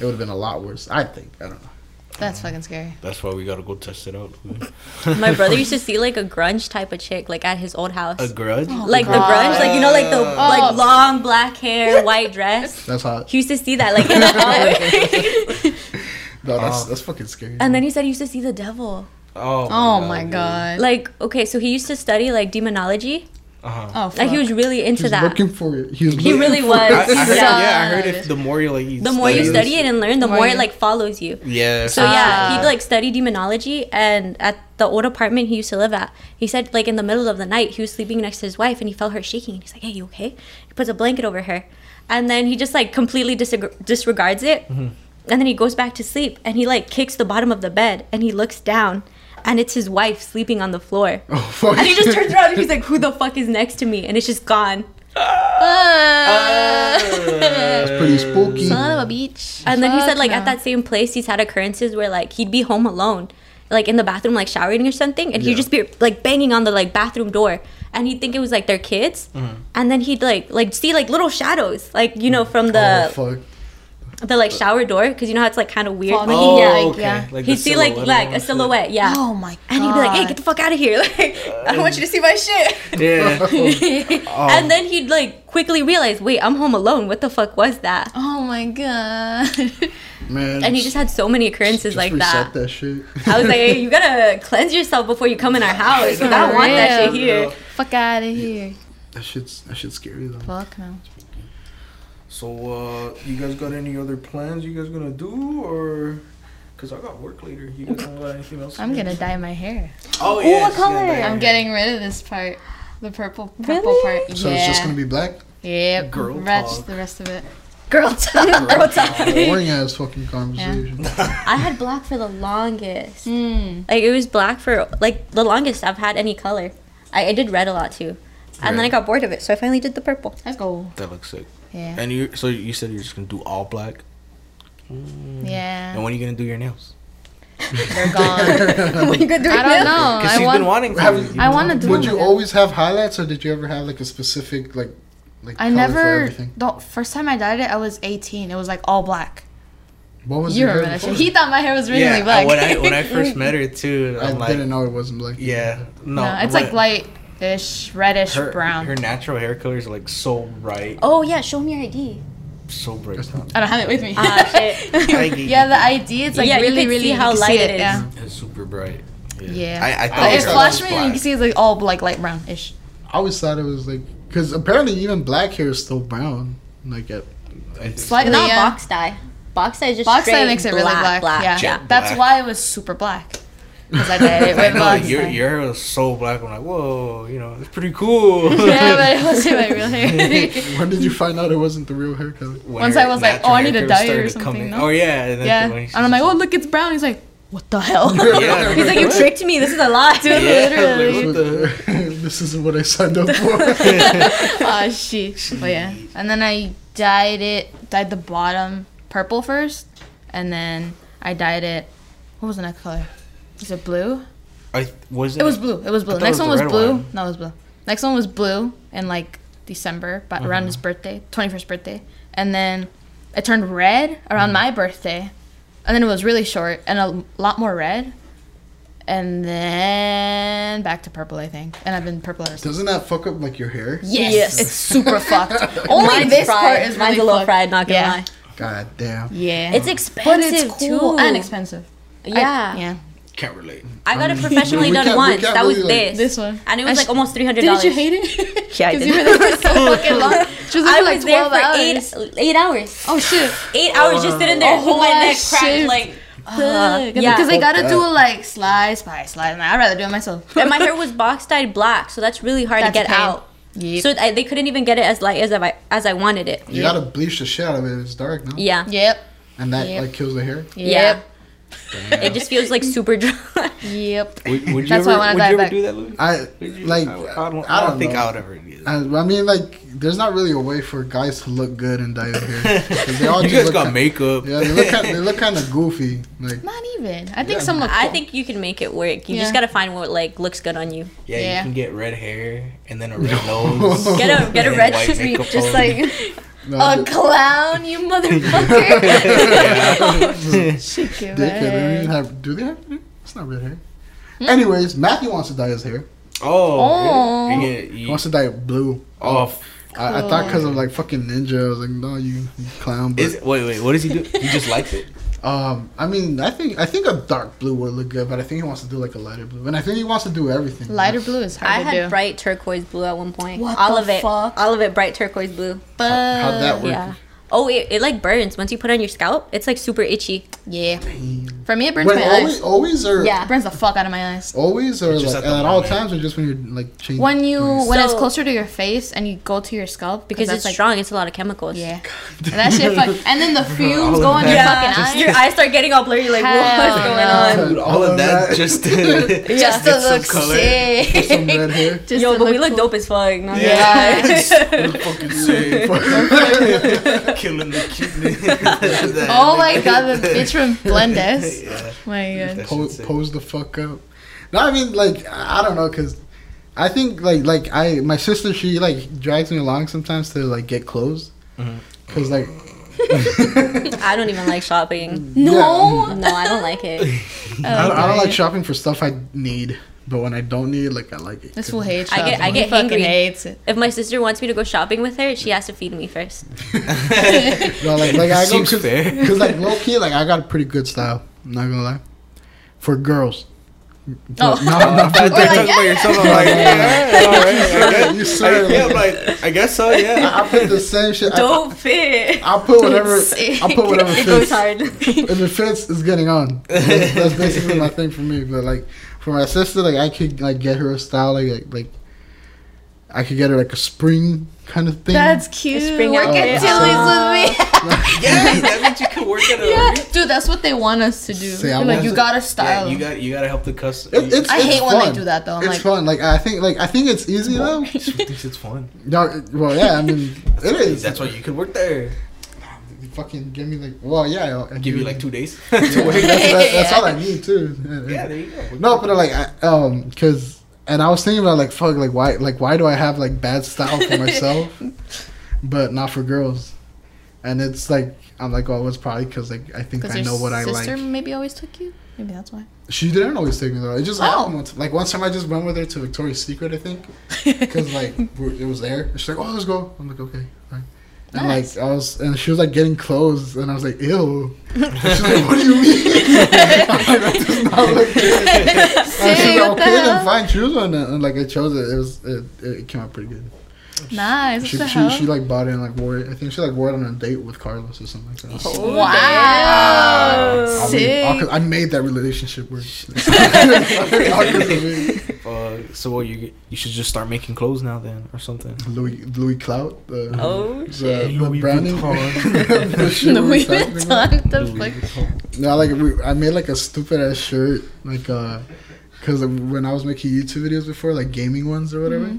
A: it would have been a lot worse. I think. I don't know.
C: That's fucking scary.
B: That's why we gotta go test it out.
D: My brother used to see like a grunge type of chick like at his old house.
B: A grudge?
D: Oh, like the grunge, like you know, like the
C: Oh.
D: like long black hair, white dress.
A: That's how.
D: He used to see that like in the hallway.
A: No, that's
B: Oh.
A: that's fucking scary.
D: and then he said he used to see the devil.
B: Oh,
C: Oh my god.
D: Like okay, so he used to study like demonology.
B: Uh huh.
C: Oh,
D: Like he was really into
A: He's
D: that.
A: looking for it. He's
D: he
A: looking
D: really
A: for
D: was.
B: I, I heard,
D: yeah.
B: yeah, I heard if the more you like,
D: The more you
B: study
D: study it and learn, the more Ah. it like follows you.
B: Yeah.
D: So yeah, he like studied demonology, and at the old apartment he used to live at, he said like in the middle of the night he was sleeping next to his wife and he felt her shaking. and He's like, "Hey, you okay?" He puts a blanket over her, and then he just like completely disag- disregards it,
A: Mm-hmm.
D: and then he goes back to sleep, and he like kicks the bottom of the bed, and he looks down, and it's his wife sleeping on the floor,
A: Oh fuck.
D: and he just turns around and he's like, "Who the fuck is next to me?" And it's just gone.
A: Uh. That's pretty spooky.
C: Son of a beach.
D: And then he said, like,
C: no.
D: at that same place, he's had occurrences where, like, he'd be home alone, like, in the bathroom, like, showering or something, and he'd
A: Yeah.
D: just be, like, banging on the, like, bathroom door. And he'd think it was, like, their kids. And then he'd, like, like see, like, little shadows, like, you know, from
A: Oh
D: the,
A: fuck.
D: the like, shower door, because you know how it's, like, kind of weird.
C: Foggy.
D: Like,
B: Oh,
C: Yeah,
B: yeah,
C: like,
B: okay.
C: yeah.
B: Like
D: he'd see, like, like, a
B: silhouette.
D: silhouette, yeah.
C: Oh my god.
D: And he'd be like, hey, get the fuck out of here. Like, I don't want you to see my shit.
B: Yeah.
A: Oh.
D: And then he'd, like, quickly realize, wait, I'm home alone. What the fuck was that?
C: Oh my god.
A: Man.
D: And he just had so many occurrences
A: just
D: like that.
A: reset that shit.
D: I was like, hey, you gotta cleanse yourself before you come in our house. I don't want that shit here.
C: Fuck out of here.
A: That shit's that shit's scary though.
C: Fuck no.
B: So, uh, you guys got any other plans you guys gonna do or? Cause I got work later. You guys don't got anything else? to
C: I'm
B: do?
C: gonna dye my hair.
B: Oh yeah.
D: what
B: she's gonna
D: color?
B: dye
C: I'm
B: her
C: getting rid of this part. The purple purple
D: Really?
C: part.
A: So
C: yeah.
A: it's just gonna be black.
C: Yep.
B: Girl
C: Rest-
B: talk.
C: the rest of it.
D: Girl talk. Girl talk.
A: Boring ass fucking conversation.
D: I had black for the longest.
C: Mm.
D: Like it was black for like the longest I've had any color. I, I did red a lot too. And then I
B: Red.
D: got bored of it, so I finally did the purple.
C: Let's go.
B: That looks sick.
C: Yeah.
B: And you, so you said you're just gonna do all
C: Uh-huh.
B: black. And
C: Yeah.
B: when are you gonna do your nails?
C: They're gone.
D: when you gonna do
C: I don't
B: Because
C: know. Oh, I
B: she's
C: want.
B: been wanting to.
A: Have-
B: You've been
C: I want to do.
A: Would
C: them
A: you
C: again.
A: always have highlights, or did you ever have like a specific like like color
C: I
A: for
C: never.
A: everything?
C: The first time I dyed it, I was 18. It was like all black.
A: What was
C: You
A: your
C: remember
A: hair
C: that
A: before?
C: shit? He thought my hair was really
B: yeah,
C: black.
B: when I when I first met her too,
A: I
B: I'm like,
A: didn't know it wasn't black.
B: yeah, no,
C: no, it's
B: what-
C: like light-ish, reddish
B: her,
C: brown.
B: Her natural hair color is like so bright,
D: Oh yeah, show me your ID.
B: so bright.
A: That's not-
C: I don't have it with me.
D: Ah shit.
C: yeah, the ID. It's like
D: Yeah, you
C: really,
D: can
C: really
D: see
C: you
D: how
C: can
D: light
C: see
D: it is. Oh,
C: Yeah.
B: It's super bright.
C: Yeah.
B: I, I
C: But
B: thought
C: it
B: her
C: flashed
B: was
C: me, and you
B: black.
C: can see it's like all like light brown ish.
A: I always thought it was like because apparently even black hair is still brown. Like at
B: I think so.
C: Slightly.
D: Not
C: yeah.
D: box dye. Box dye is just
C: Box
D: straight
C: dye makes it really black. yeah.
B: Jet
C: That's
B: black.
C: why it was super black. Because I dyed it
B: I
C: with
B: know
C: box
B: your
C: dye.
B: your hair was so black. I'm like, whoa, you know, it's pretty cool.
C: yeah, but it wasn't my real hair.
A: when did you find out it wasn't the real hair color?
B: When
C: Once
B: her
C: I was like,
B: natural
C: oh, I
B: hair
C: need a
B: color
C: dye or
B: started
C: something,
B: coming-
C: no?
B: Oh yeah, and then
C: yeah.
B: when
C: And
B: she's
C: I'm like,
B: just
C: oh, look, it's brown. He's like, what the hell?
B: Yeah.
D: He's like, you tricked me. This is a lie.
C: Dude, literally.
A: What the- this isn't what I signed up for.
C: oh shit. But yeah. And then I dyed it dyed the bottom purple first and then I dyed it what was the next color? Was it blue?
B: I was
C: It was blue. It was blue.
B: thought it
C: Next
B: was
C: one
B: the
C: was
B: red
C: blue.
B: one.
C: No, it was blue. Next one was blue in like December, but
B: Uh-huh.
C: around his birthday, twenty first birthday. And then it turned red around
B: Mm-hmm.
C: my birthday. And then it was really short and a lot more red. And then back to purple, I think. And I've been purple ever since.
A: Doesn't that fuck up like your hair?
C: Yes.
D: Yes.
C: It's super fucked. Only
D: Mine's
C: this
D: fried.
C: part is
D: Mine's
C: really
D: a little
C: fucked.
D: fried. Not gonna
C: Yeah.
D: lie.
A: God damn.
C: Yeah.
D: It's
C: but
D: expensive
C: it's cool
D: too.
C: and expensive. I-
D: Yeah.
C: yeah.
B: can't relate.
D: I got it
A: Um,
D: professionally
A: we
D: done
A: can't- we
D: once.
A: can't
D: That was
A: really, like,
D: this.
C: This one.
D: And it was
C: I
D: like
C: sh-
D: almost three hundred dollars.
C: Didn't you hate it?
D: Yeah, I
C: 'Cause
D: did.
C: you were there for so fucking long. She was there
D: I
C: for like
D: was there
C: 12
D: for
C: hours.
D: eight eight hours.
C: Oh shit.
D: Eight hours just sitting there with my
C: Oh,
D: neck cracked
C: shit.
D: like. uh,
C: Because
D: yeah.
C: they gotta
A: Fuck
C: do
A: that.
C: like slice by slice. I'd rather do it myself.
D: and my hair was box dyed black, so that's really hard
C: That's
D: to get
C: a pain.
D: out. So I, they couldn't even get it as light as I as I wanted it.
A: You gotta bleach the shit out of it. It's dark now.
D: Yeah.
C: yep.
A: and that
C: Yep.
A: like kills the hair.
D: Yeah.
C: Yep.
D: It just feels like super dry.
C: Yep.
B: Would, would you
C: That's why I
B: ever,
C: wanna
B: would
C: dye
B: you
C: it
B: ever
C: back.
B: do that, Louis?
A: I
B: Would you-
A: like.
B: I, I don't. I don't think
A: know.
B: I would ever do that.
A: I, I mean, like, there's not really a way for guys to look good and dye their hair. 'Cause they all
B: you
A: just
B: guys
A: look
B: got
A: kind-
B: makeup.
A: Yeah, they look kind, they look kind of goofy. Like,
C: Not even. I think
A: Yeah.
C: some look.
D: I
C: cool.
D: think you can make it work. You
C: Yeah.
D: just gotta find what like looks good on you.
B: yeah,
C: Yeah.
B: you can get red hair and then a red nose.
D: Get a get a
B: and
D: red
B: white
D: streak,
B: makeup
D: just
B: on.
D: like
A: no,
C: a clown, you motherfucker. Shake your
A: dickhead. They don't even
C: ass.
A: have. Do they have? hmm? It's not red hair.
C: Hmm?
A: Anyways, Matthew wants to dye his hair.
B: oh,
C: Oh.
B: really? You get-
A: He
B: you-
A: wants to dye it blue.
B: oh, f-
A: I, I thought because of like fucking ninja. I was like, no, you, you clown. But
B: is it, wait, wait, what does he do? He just likes it.
A: um, I mean, I think I think a dark blue would look good, but I think he wants to do like a lighter blue, and I think he wants to do everything.
C: Lighter blue is hard
D: I
C: to
D: had
C: do.
D: bright turquoise blue at one point.
C: What
D: all
C: the
D: of it,
C: fuck?
D: all of it bright turquoise blue.
C: but
A: How'd that work?
D: Yeah. Oh, it, it like burns once you put it on your scalp. It's like super itchy.
C: Yeah.
A: Damn.
C: For me, it burns
A: Wait,
C: my
A: always,
C: eyes.
A: always or
D: Yeah.
C: It burns the fuck out of my eyes.
A: always or
B: It's
A: like,
B: just
A: at,
B: at the
A: all
B: moment.
A: times or just when you're like changing.
C: When you when it's
D: So-
C: closer to your face and you go to your scalp
D: Because it's
C: that's like,
D: strong, it's a lot of chemicals.
C: Yeah. And that shit fuck. And then the fumes
B: of
C: go on your
B: that.
C: fucking eyes.
D: your eyes start getting all blurry. Like,
C: Hell
D: what's going
C: no.
D: on?
B: Dude, all of that just to,
C: just
B: get
C: to
B: some
C: look
B: color.
C: sick.
A: Get some red hair.
C: Just
D: Yo,
C: to
D: but we
C: look
D: look
C: cool.
D: dope as fuck. not gonna
C: Yeah.
D: lie.
B: fucking sick. Killing the cuteness. That-
C: Oh my god, the bitch from Blendes.
B: Yeah.
C: My god.
B: That
A: Po-
B: shit's sick.
A: pose the fuck up. No, I mean like I I don't know because I think like like I my sister she like drags me along sometimes to like get clothes
B: Mm-hmm.
A: because like
D: I don't even like shopping.
A: No.
D: No, I don't like it.
A: I don't, I don't like shopping for stuff I need, but when I don't need, it, like I like it.
C: This fool hates
D: I get-
C: shopping.
D: I get
C: He fucking
D: angry.
C: hates it.
D: If my sister wants me to go shopping with her, she has to feed me first.
A: No, like like I go
B: Seems
A: because
B: fair.
A: like low key, like I got a pretty good style. I'm not gonna lie, for girls.
C: Oh.
A: No, I'm not-
B: Talking about yourself, I'm like, yeah, all right, I guess.
A: you
B: I,
A: sir.
B: yeah, I'm
A: like,
B: like, I guess so, yeah.
A: I, I put the same shit. I-
D: Don't fit.
A: I'll put whatever. I'll put whatever
D: it goes
A: fits.
D: hard.
A: If it fits, it's getting on. That's, that's basically my thing for me. But like for my sister, like I could like get her a style like like, like I could get her like a spring kind of thing.
C: That's cute.
D: spring
C: Work at
D: outfit.
A: Uh,
C: Tilly's with
B: yeah, that means you can work at a
C: me. yeah. Dude, that's what they want us to do.
A: Say, I
C: They're
A: want
C: like, you
A: to-
C: gotta style
B: Yeah, you
C: them.
B: got you gotta help the customer.
A: It- it's,
C: I
A: it's
C: hate
A: fun.
C: when they do that, though. I'm
A: it's
C: like-
A: fun. Like I think like I think it's easy though.
B: it's, it's fun.
A: No, it- well yeah, I mean it is.
B: That's why you could work there.
A: You fucking give me like well yeah. I'll, I'll
B: Give you like two days.
A: That's, that- that's all I need too.
B: yeah, there you go.
A: No, but like, I, um, cause, and I was thinking about like, fuck, like, why, like, why do I have like bad style for myself, but not for girls? And it's like, I'm like, oh, it's probably cause like I think I
C: your
A: know what I
C: sister
A: like.
C: maybe always took you. Maybe that's why.
A: She didn't always take me though. It just
C: Oh.
A: happened once. Like one time, I just went with her to Victoria's Secret, I think, cause like we're, it was there. And she's like, oh, let's go. I'm like, okay. fine. And
C: Nice.
A: like I was, and she was like getting clothes, and I was like, ew. And she's like, what do you mean? I'm like, that does not look good. And she
C: Say,
A: was like,
C: what the
A: okay, then
C: hell?
A: fine, choose one. And uh, like I chose it. It was it, it came out pretty good.
C: Nice. What
A: She,
C: the
A: she,
C: hell?
A: she like bought it and like wore it. I think she like wore it on a date with Carlos or something like that.
C: Wow.
A: I, mean, all 'cause
C: Oh, Sick.
A: I made that relationship work. All 'cause of me.
B: Uh, so what you you should just start making clothes now then or something.
A: Louis Louis Clout. The,
D: Oh,
A: the,
D: shit.
A: the
B: Louis
A: branding.
B: Vuitton.
A: The shit we were
C: Louis
A: talking about.
C: Vuitton. The fuck?
A: No, like we, I made like a stupid ass shirt, like uh, cause when I was making YouTube videos before, like gaming ones or whatever,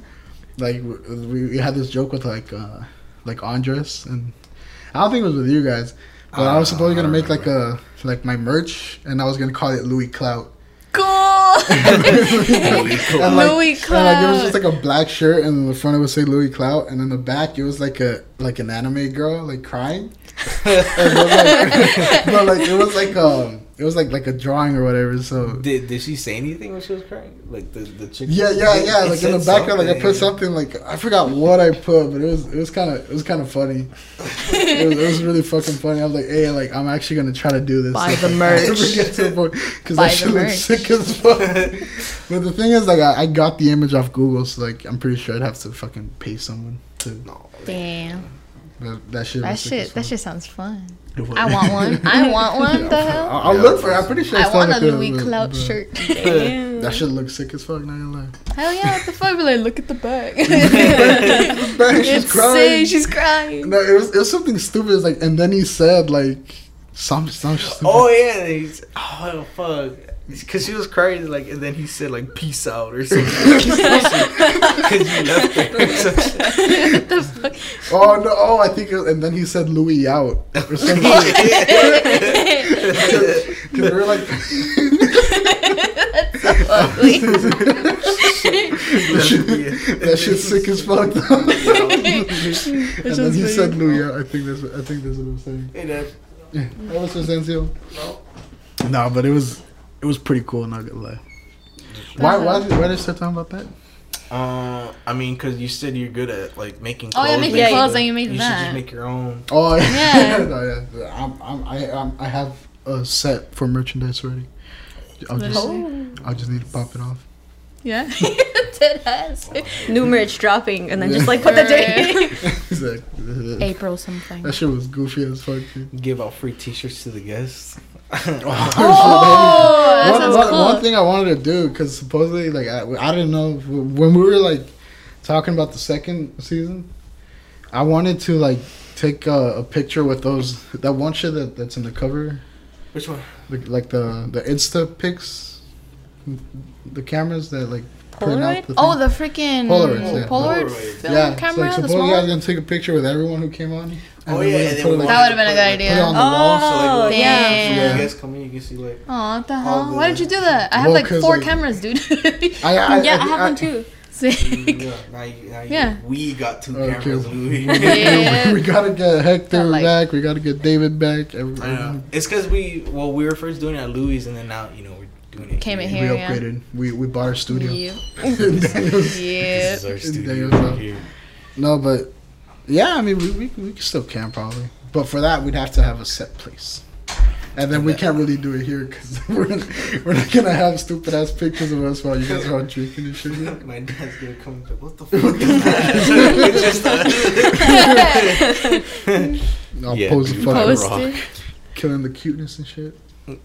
A: like we, we had this joke with like uh, like Andres, and I don't think it was with you guys, but I was
B: Uh,
A: supposedly gonna
B: I
A: make like a like my merch, and I was gonna call it Louis Clout.
C: Cool.
A: And, like,
C: Louis
A: and, like, it was
C: Clout.
A: just like a black shirt, and in the front it would say Louis Clout, and in the back it was like a like an anime girl like crying. And it was, like, but like it was like um it was like like a drawing or whatever. So
B: Did did she say anything when she was crying? Like the the chick.
A: yeah, yeah,
B: It-
A: yeah.
B: it
A: Like in the
B: said
A: background, like I put
B: something.
A: something like I forgot what I put, but it was it was kind of it was kind of funny. it, was, it was really fucking funny. I was like, hey, like I'm actually gonna try to do this.
C: Buy
A: if
C: the
A: I
C: merch.
A: ever get to a point. 'Cause
C: Buy
A: that
C: the
A: shit looks
C: merch.
A: sick as fuck. but the thing is, like I, I got the image off Google, so like I'm pretty sure I'd have to fucking pay someone to.
C: Damn.
A: But that shit.
C: That
A: was sick as
C: shit. That
A: fuck.
C: shit sounds fun.
A: It was.
C: I want one. I want one. The
A: I'll,
C: hell?
A: I'll look for. it. I'm pretty sure.
C: I
A: it's
C: want a
A: not
C: Louis
A: but-
C: Clout
A: but
C: shirt.
A: That shit looks sick as fuck. Not gonna lie.
C: Hell yeah! What the fuck? Be like, look at the back.
A: But she's
C: It's sick,
A: crying.
C: She's crying.
A: No, it was, it was something stupid. It's like, and then he said like, Some some.
B: Oh yeah, he's, oh fuck, because she was crying like, and then he said like peace out or something because you left her. or some shit.
D: the fuck?
A: Oh no! Oh, I think, it- and then he said Louis out or something. Because we were like,
C: Ugly.
B: That should be it.
A: that shit's sick as fuck. though. and then he
C: funny.
A: said Louis out. I think that's. what- I think that's what I'm saying.
B: Hey, Dad.
A: Yeah. That was Sensencio.
B: No.
A: No, but it was it was pretty cool. Not gonna lie. Why why did, why did I start talking about that?
B: Uh, I mean, because you said you're good at like making
C: Oh,
B: clothes.
C: yeah, making
B: but
C: clothes, and you made
B: You should
C: that.
B: just make your own.
A: Oh
C: Yeah.
A: no, yeah. I'm, I'm, I I'm, I have a set for merchandise already. I'll just
C: Oh.
A: I just need to pop it off.
C: Yeah. Dead ass.
D: New merch dropping, and then just like
C: Put
D: put
C: the
D: the
C: date.
D: date.
A: He's like, "Ugh."
C: April something.
A: that shit was goofy as fuck. dude.
B: Give out free T-shirts to the guests.
C: Oh, that
A: one,
C: sounds
A: one-
C: cool.
A: one thing I wanted to do because supposedly like I, I didn't know when we were like talking about the second season, I wanted to like take a, a picture with those that one shit that, that's in the cover
B: Which one?
A: like, like the the Insta pics, the cameras that like
D: Polaroid?
A: the
C: Oh,
A: thing.
C: the freaking
A: Polaroids, yeah.
C: Polaroid
B: Polaroid.
C: film
A: yeah, it's
C: camera.
A: like
C: the
A: suppose
C: small
A: you guys
C: one?
A: gonna take a picture with everyone who came on. and
B: Oh,
A: then we're
B: yeah,
A: gonna
B: and then
A: put it,
B: we
A: like,
C: that would have been a
B: Put
C: good
B: it
A: put it on the
C: idea.
A: wall. So,
B: So, like,
D: Oh,
B: when-
C: damn.
B: So when
A: Yeah.
B: the guests come in, you can see like.
C: Oh, what the
B: All
C: hell?
B: the-
C: Why did you do that? I have
A: Well,
C: like
A: 'cause,
C: four
A: like-
C: cameras, dude.
A: I, I,
D: yeah, I have one too.
C: Sick.
B: Yeah, now you, now you,
C: Yeah.
B: We got two
A: Okay.
B: cameras. Louis.
C: Yeah.
A: we gotta get Hector
C: But, like-
A: back. We gotta get David back. every-
B: I know. It's because we well we were first doing it at Louis and then now you know we're doing it.
C: Came in
A: We
C: here, yeah.
A: upgraded. We we bought our studio.
C: Yeah.
A: Daniel's-
C: Yeah.
B: This is our studio
A: Daniel's
B: right
A: up.
B: here.
A: no, but yeah, I mean we we we can still can probably, but for that we'd have to have a set place. And then we can't really do it here because we're, we're not gonna have stupid ass pictures of us while you guys are out drinking and shit.
B: My dad's gonna come and be like, what the fuck is that? It's just uh, us.
A: I'll
B: Yeah,
A: pose the
B: dude.
A: fucking
B: Pose.
C: Posted.
A: killing the cuteness and shit.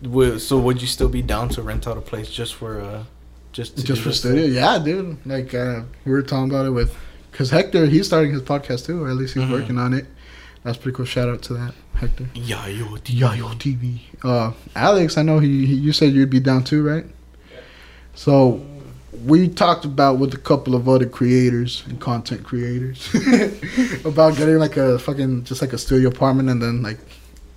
B: Well, so would you still be down to rent out a place just for uh just to
A: just
B: do
A: for
B: this?
A: studio yeah dude like uh, we were talking about it with because hector he's starting his podcast too or at least he's
B: Mhm.
A: working on it that's pretty cool shout out to that hector
B: Yeah, yo, dude.
A: yayo tv uh alex i know he, he you said you'd be down too right so we talked about with a couple of other creators and content creators about getting like a fucking just like a studio apartment and then like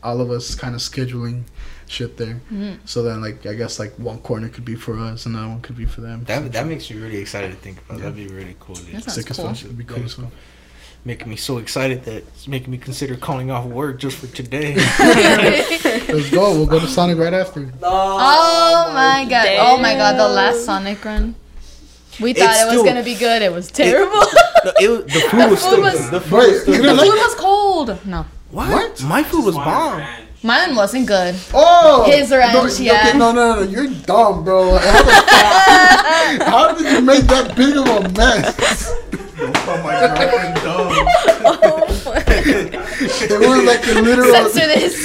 A: all of us kind of scheduling shit there
C: Mhm.
A: so then like i guess like one corner could be for us another one could be for them
B: That that makes me really excited to think about. That'd be really cool. Dude.
C: That's
A: Sick as
C: cool.
A: fuck. It'd be cool as fuck.
B: Making me so excited that it's making me consider calling off work just for today.
A: Let's go. We'll go to Sonic right after.
C: Oh my god.
D: Damn.
C: Oh my god, the last Sonic run. We thought
B: It's
C: it was
B: still-
C: gonna be good. It was terrible.
B: No, it was- the food was still
C: was-
B: good. The food was
A: Wait,
B: still
A: you
C: the
A: didn't
C: food
A: like-
C: was cold. No.
B: What?
A: What?
B: My food was bomb.
C: Mine wasn't good.
A: oh,
C: His
A: No,
C: ranch,
A: okay,
C: yeah.
A: no, no, no, you're dumb, bro. How, the fuck- how did you make that big of a mess?
B: Oh my god, dumb.
A: It was like a literal.
C: Censor
A: it,
C: this.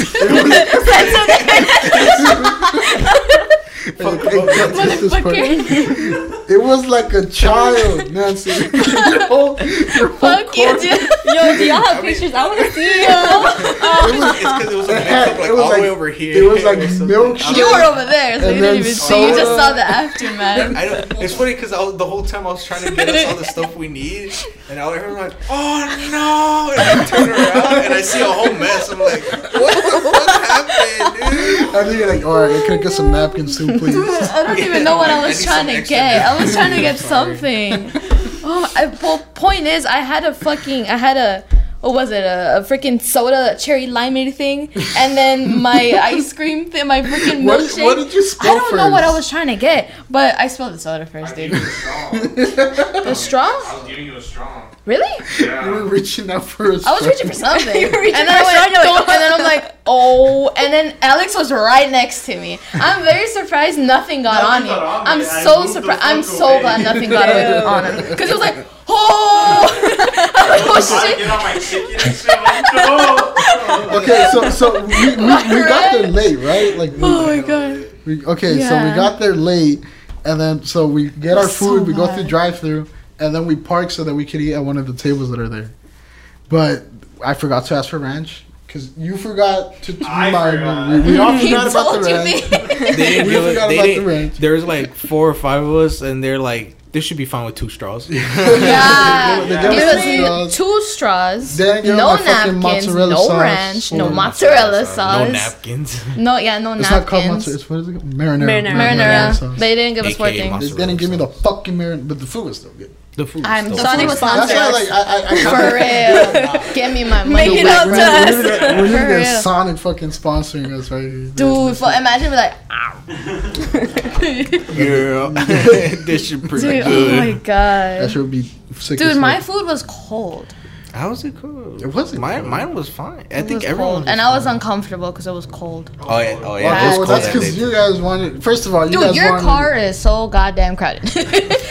A: it- it- it was like a child, Nancy. your whole, your whole
C: Fuck you,
A: corner-
C: dude.
D: Yo, do y'all have Oh, pictures? I want to see yo.
B: It was because it was like,
A: had-
B: mixed up, like
A: it was
B: all
A: like-
B: the way over here.
A: it was
B: or
A: like
B: something.
A: milkshake.
C: You were over there, so
A: And
C: you didn't
A: then
C: even see. You just
A: soda.
C: saw the aftermath.
B: I don't, it's funny because the whole time I was trying to get us all the stuff we need, and I heard him like, "Oh no!" And I turn around and I see a whole mess. I'm like, "What the fuck happened, dude?"
A: And then you're like, all right, can I get some napkins too, please?
C: I don't even know what I
B: I
C: was
B: need
C: trying
B: some
C: to
B: extra
C: get. I
B: napkins.
C: was trying to get
B: Sorry.
C: something. Oh, I, well, point is, I had a fucking, I had a, what was it, a, a freaking soda cherry limeade thing, and then my ice cream thing, my freaking
A: What,
C: milkshake.
A: what did you
C: I
A: spill
C: don't know what I
A: first?
C: was trying to get, but I spilled the soda first, dude. The straw?
E: I was giving you a strong.
C: Really?
A: You were
E: Yeah.
A: reaching out for a
C: I was reaching for something. and, then
D: for
C: I went,
D: something.
C: "Don't," and then I'm like, oh. And then Alex was right next to me. I'm very surprised nothing got
E: Nothing
C: on you.
E: got on
C: I'm
E: me. I
C: so
E: moved the
C: surprised.
E: fuck
C: I'm so
E: away.
C: glad nothing got away on him. Because it was like, oh. I'm like, oh
E: I
C: shit.
E: get on my chicken and shit. I'm Like, no.
A: Okay, so so we, we, we got there late, right? Like, we-
C: Oh my god.
A: We, okay, so
C: Yeah.
A: we got there late, and then so we get our
C: It's so
A: food, we go
C: bad.
A: through drive-through, and then we park so that we could eat at one of the tables that are there. But I forgot to ask for ranch because you forgot to. to
E: I
A: remind
E: forgot.
A: me. We, we all
C: He
A: forgot about
C: told
A: the
C: you
A: ranch.
B: They didn't
A: We
B: give us-
A: forgot
B: they
A: about the
B: didn't-
A: ranch.
B: There was like four or five of us, and they're like, "This should be fine with two straws."
C: Yeah.
A: They
C: Give
A: gave us two
C: us
A: straws.
C: two straws,
A: They didn't give
C: no
A: him a fucking
C: napkins,
A: mozzarella
C: no
A: sauce.
C: ranch, no
A: Or-
C: mozzarella sauce.
B: No napkins.
C: No, yeah, no
A: It's not called
C: napkins.
A: mozzarella. It's what is it? called? Marinara.
D: Marinara.
C: Marinara.
A: sauce. They
C: They didn't give us four
B: AKA
C: things.
B: mozzarella.
A: didn't give me the fucking marinara, but the food was still good.
B: The food.
C: I'm
B: still-
C: Sonic
A: That's
C: sponsor
A: why,
C: us.
A: like, I, I, I,
C: For real. Give me my money.
D: Make it up
A: We're
D: to
A: gonna-
D: us.
A: we're gonna- We're gonna
C: For
A: get
C: real.
A: Sonic fucking sponsoring us right here.
C: Dude, for, imagine we're like,
B: Girl, this should pretty
C: dude, oh my
A: That
B: good.
C: god.
A: should be sick. as
C: Dude,
A: fuck.
C: my food was cold.
B: How was it cool?
A: It wasn't
B: Mine,
A: cool.
B: mine was fine. I
C: It
B: think
C: was
B: everyone.
C: cold, and I was uncomfortable because it was cold.
B: Oh yeah, oh
A: Oh,
B: yeah. it
A: well,
B: was cold
A: that's
B: that
A: because
B: day.
A: you guys wanted. First of all, you
C: Dude,
A: guys
C: your
A: wanted.
C: car is so goddamn crowded.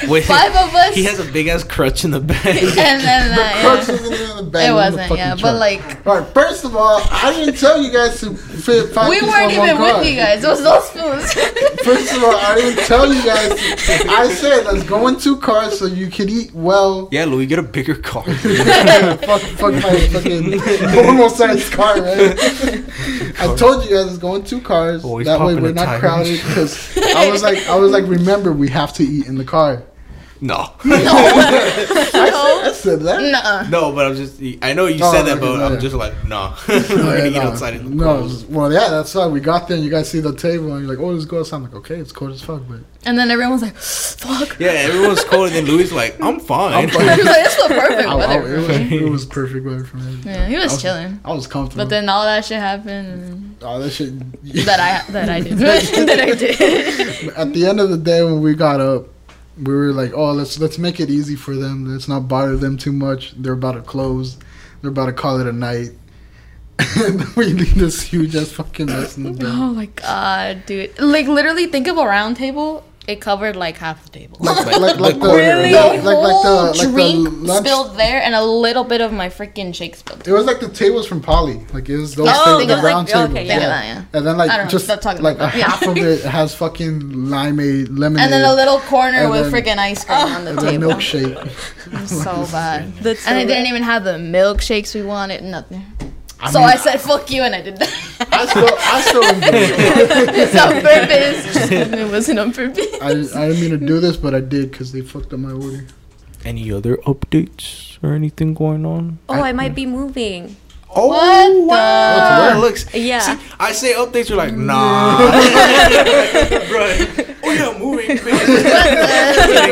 B: Wait,
C: Five of us.
B: He has a big ass crutch in the
C: and
B: back.
C: then that,
A: Crutches
C: yeah.
A: in the bag, in
C: It
A: the
C: wasn't,
A: fucking
C: yeah, but
A: truck.
C: like
A: All right, first of all, I didn't tell you guys to fit five
C: we
A: people
C: weren't
A: on one
C: even
A: car.
C: with you guys. It was those fools.
A: First of all, I didn't tell you guys. To, I said let's go in two cars so you can eat well.
B: yeah, Louis, get a bigger car.
A: fuck, fuck my fucking normal-sized car, right? I told you guys it's going two cars.
B: Always
A: that way
B: popping
A: we're
B: the
A: not
B: tires.
A: crowded. Because I was like, I was like, remember we have to eat in the car.
B: no,
A: I, said, I said that.
C: Nuh-uh.
B: no, but I'm just. I know you
A: Oh,
B: said that,
A: okay,
B: but
A: no,
B: I'm
A: yeah.
B: just like, no. We're gonna eat
A: Yeah, no.
B: outside in the
A: No,
B: cold.
A: well, yeah, that's why we got there. and You guys see the table, and you're like, "Oh, let's go outside." I'm like, "Okay, it's cold as fuck, but
C: And then everyone's like, fuck.
B: Yeah, everyone's cold, and then Louis like, I'm fine.
A: I'm fine.
C: He was like, it's the perfect
A: I, I,
C: weather.
A: it, was, it was perfect weather for me."
C: Yeah, he
A: I
C: was chilling.
A: I was comfortable.
C: But then all that shit happened
A: oh, that shit.
C: and that I that I did. that I did.
A: At the end of the day, when we got up, we were like, "Oh, let's let's make it easy for them. Let's not bother them too much. They're about to close. They're about to call it a night." and we leave this huge ass fucking mess in the bed.
C: Oh my god, dude. Like literally think of a round table, it covered like half the table.
A: Like, like, like, like the,
B: Really?
A: like,
C: the
A: like, like
C: whole
A: the, like
C: drink
A: the lunch
C: spilled there and a little bit of my freaking shake spilled.
A: It was like the tables from Polly. Like it was those
C: Oh,
A: tables,
C: think
A: the
C: of
A: round
D: like- okay,
A: tables.
D: yeah.
A: yeah.
C: Think of that, yeah.
A: And then
C: I
A: like
C: don't know,
A: just
C: stop talking
A: like a
C: about that, yeah.
A: half of it has fucking limeade, lemonade,
C: And then a little corner
A: And
C: with
A: then- Oh.
C: freaking ice cream on the
A: and then
C: table.
A: milkshake.
C: So bad.
D: That's
C: And
D: so
C: I didn't even have the milkshakes we wanted, nothing. so I said, fuck you, and I did
A: I
C: that.
A: still, I still enjoyed it.
C: it's on purpose. it wasn't on purpose.
A: I, didn't- I didn't mean to do this, but I did because they fucked up my order.
B: Any other updates or anything going on?
D: Oh, I might be moving.
B: Oh,
C: What the-
B: wow. It looks.
D: Yeah. Mm.
B: See, I say updates, you're like, nah. Bruh. Oh, yeah, moving.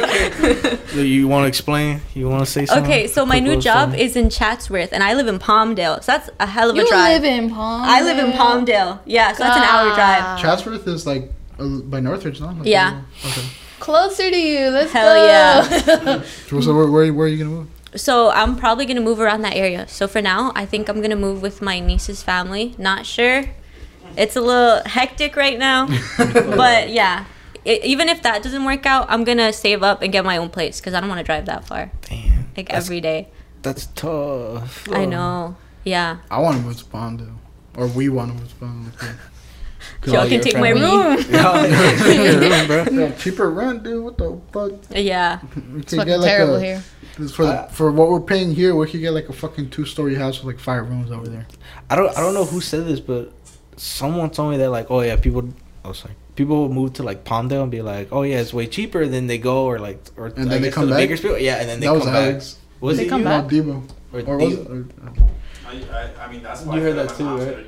B: bitch. so you want to explain? You want to say something?
D: Okay, so my
B: Quick
D: new
B: little
D: job
B: story?
D: is in Chatsworth, and I live in Palmdale, so that's a hell of a
C: You
D: drive.
C: live in Palm.
D: I live in Palmdale. Yeah, so that's an hour drive.
A: Chatsworth is like uh, by Northridge, not like
D: Yeah.
A: Okay.
C: Closer to you. Let's
D: Hell
C: go.
D: yeah.
A: So, so where, where, where are you gonna move?
D: So I'm probably gonna move around that area. So for now, I think I'm gonna move with my niece's family. Not sure. It's a little hectic right now, but yeah. I even if that doesn't work out, I'm gonna save up and get my own place because I don't want to drive that far,
B: Damn,
D: like
B: that's,
D: every day.
B: that's tough.
D: I know. Yeah.
A: I want to move to Palmdale, or we want to move to Palmdale.
B: Call
D: Y'all can
B: your
D: take my
B: family.
D: room.
A: Yeah, cheaper rent, dude. What the fuck?
D: Yeah.
A: We
C: It's
A: could
C: fucking
A: get, like,
C: terrible
A: a-
C: here.
A: This for
B: Uh,
A: for what we're paying here, we could get like a fucking two story house with like five rooms over there.
B: I don't. I don't know who said this, but someone told me that like, oh yeah, people. Oh sorry. People will move to like Palmdale and be like, "Oh yeah, it's way cheaper." Then they go or like, or
A: And then they come
B: to
A: back?
B: Bakersfield, yeah, and then they
A: that
B: come
A: was
B: back.
A: Alex.
B: Was
C: They
B: it
C: come
B: you?
C: back?
A: No, Debo.
B: Or
A: Or
B: Theo?
A: was it? Or, uh,
E: I, I, I mean, that's
B: You
E: why I
B: heard
E: feel
B: that
E: like
B: too,
E: I'm
B: right?
E: gonna do.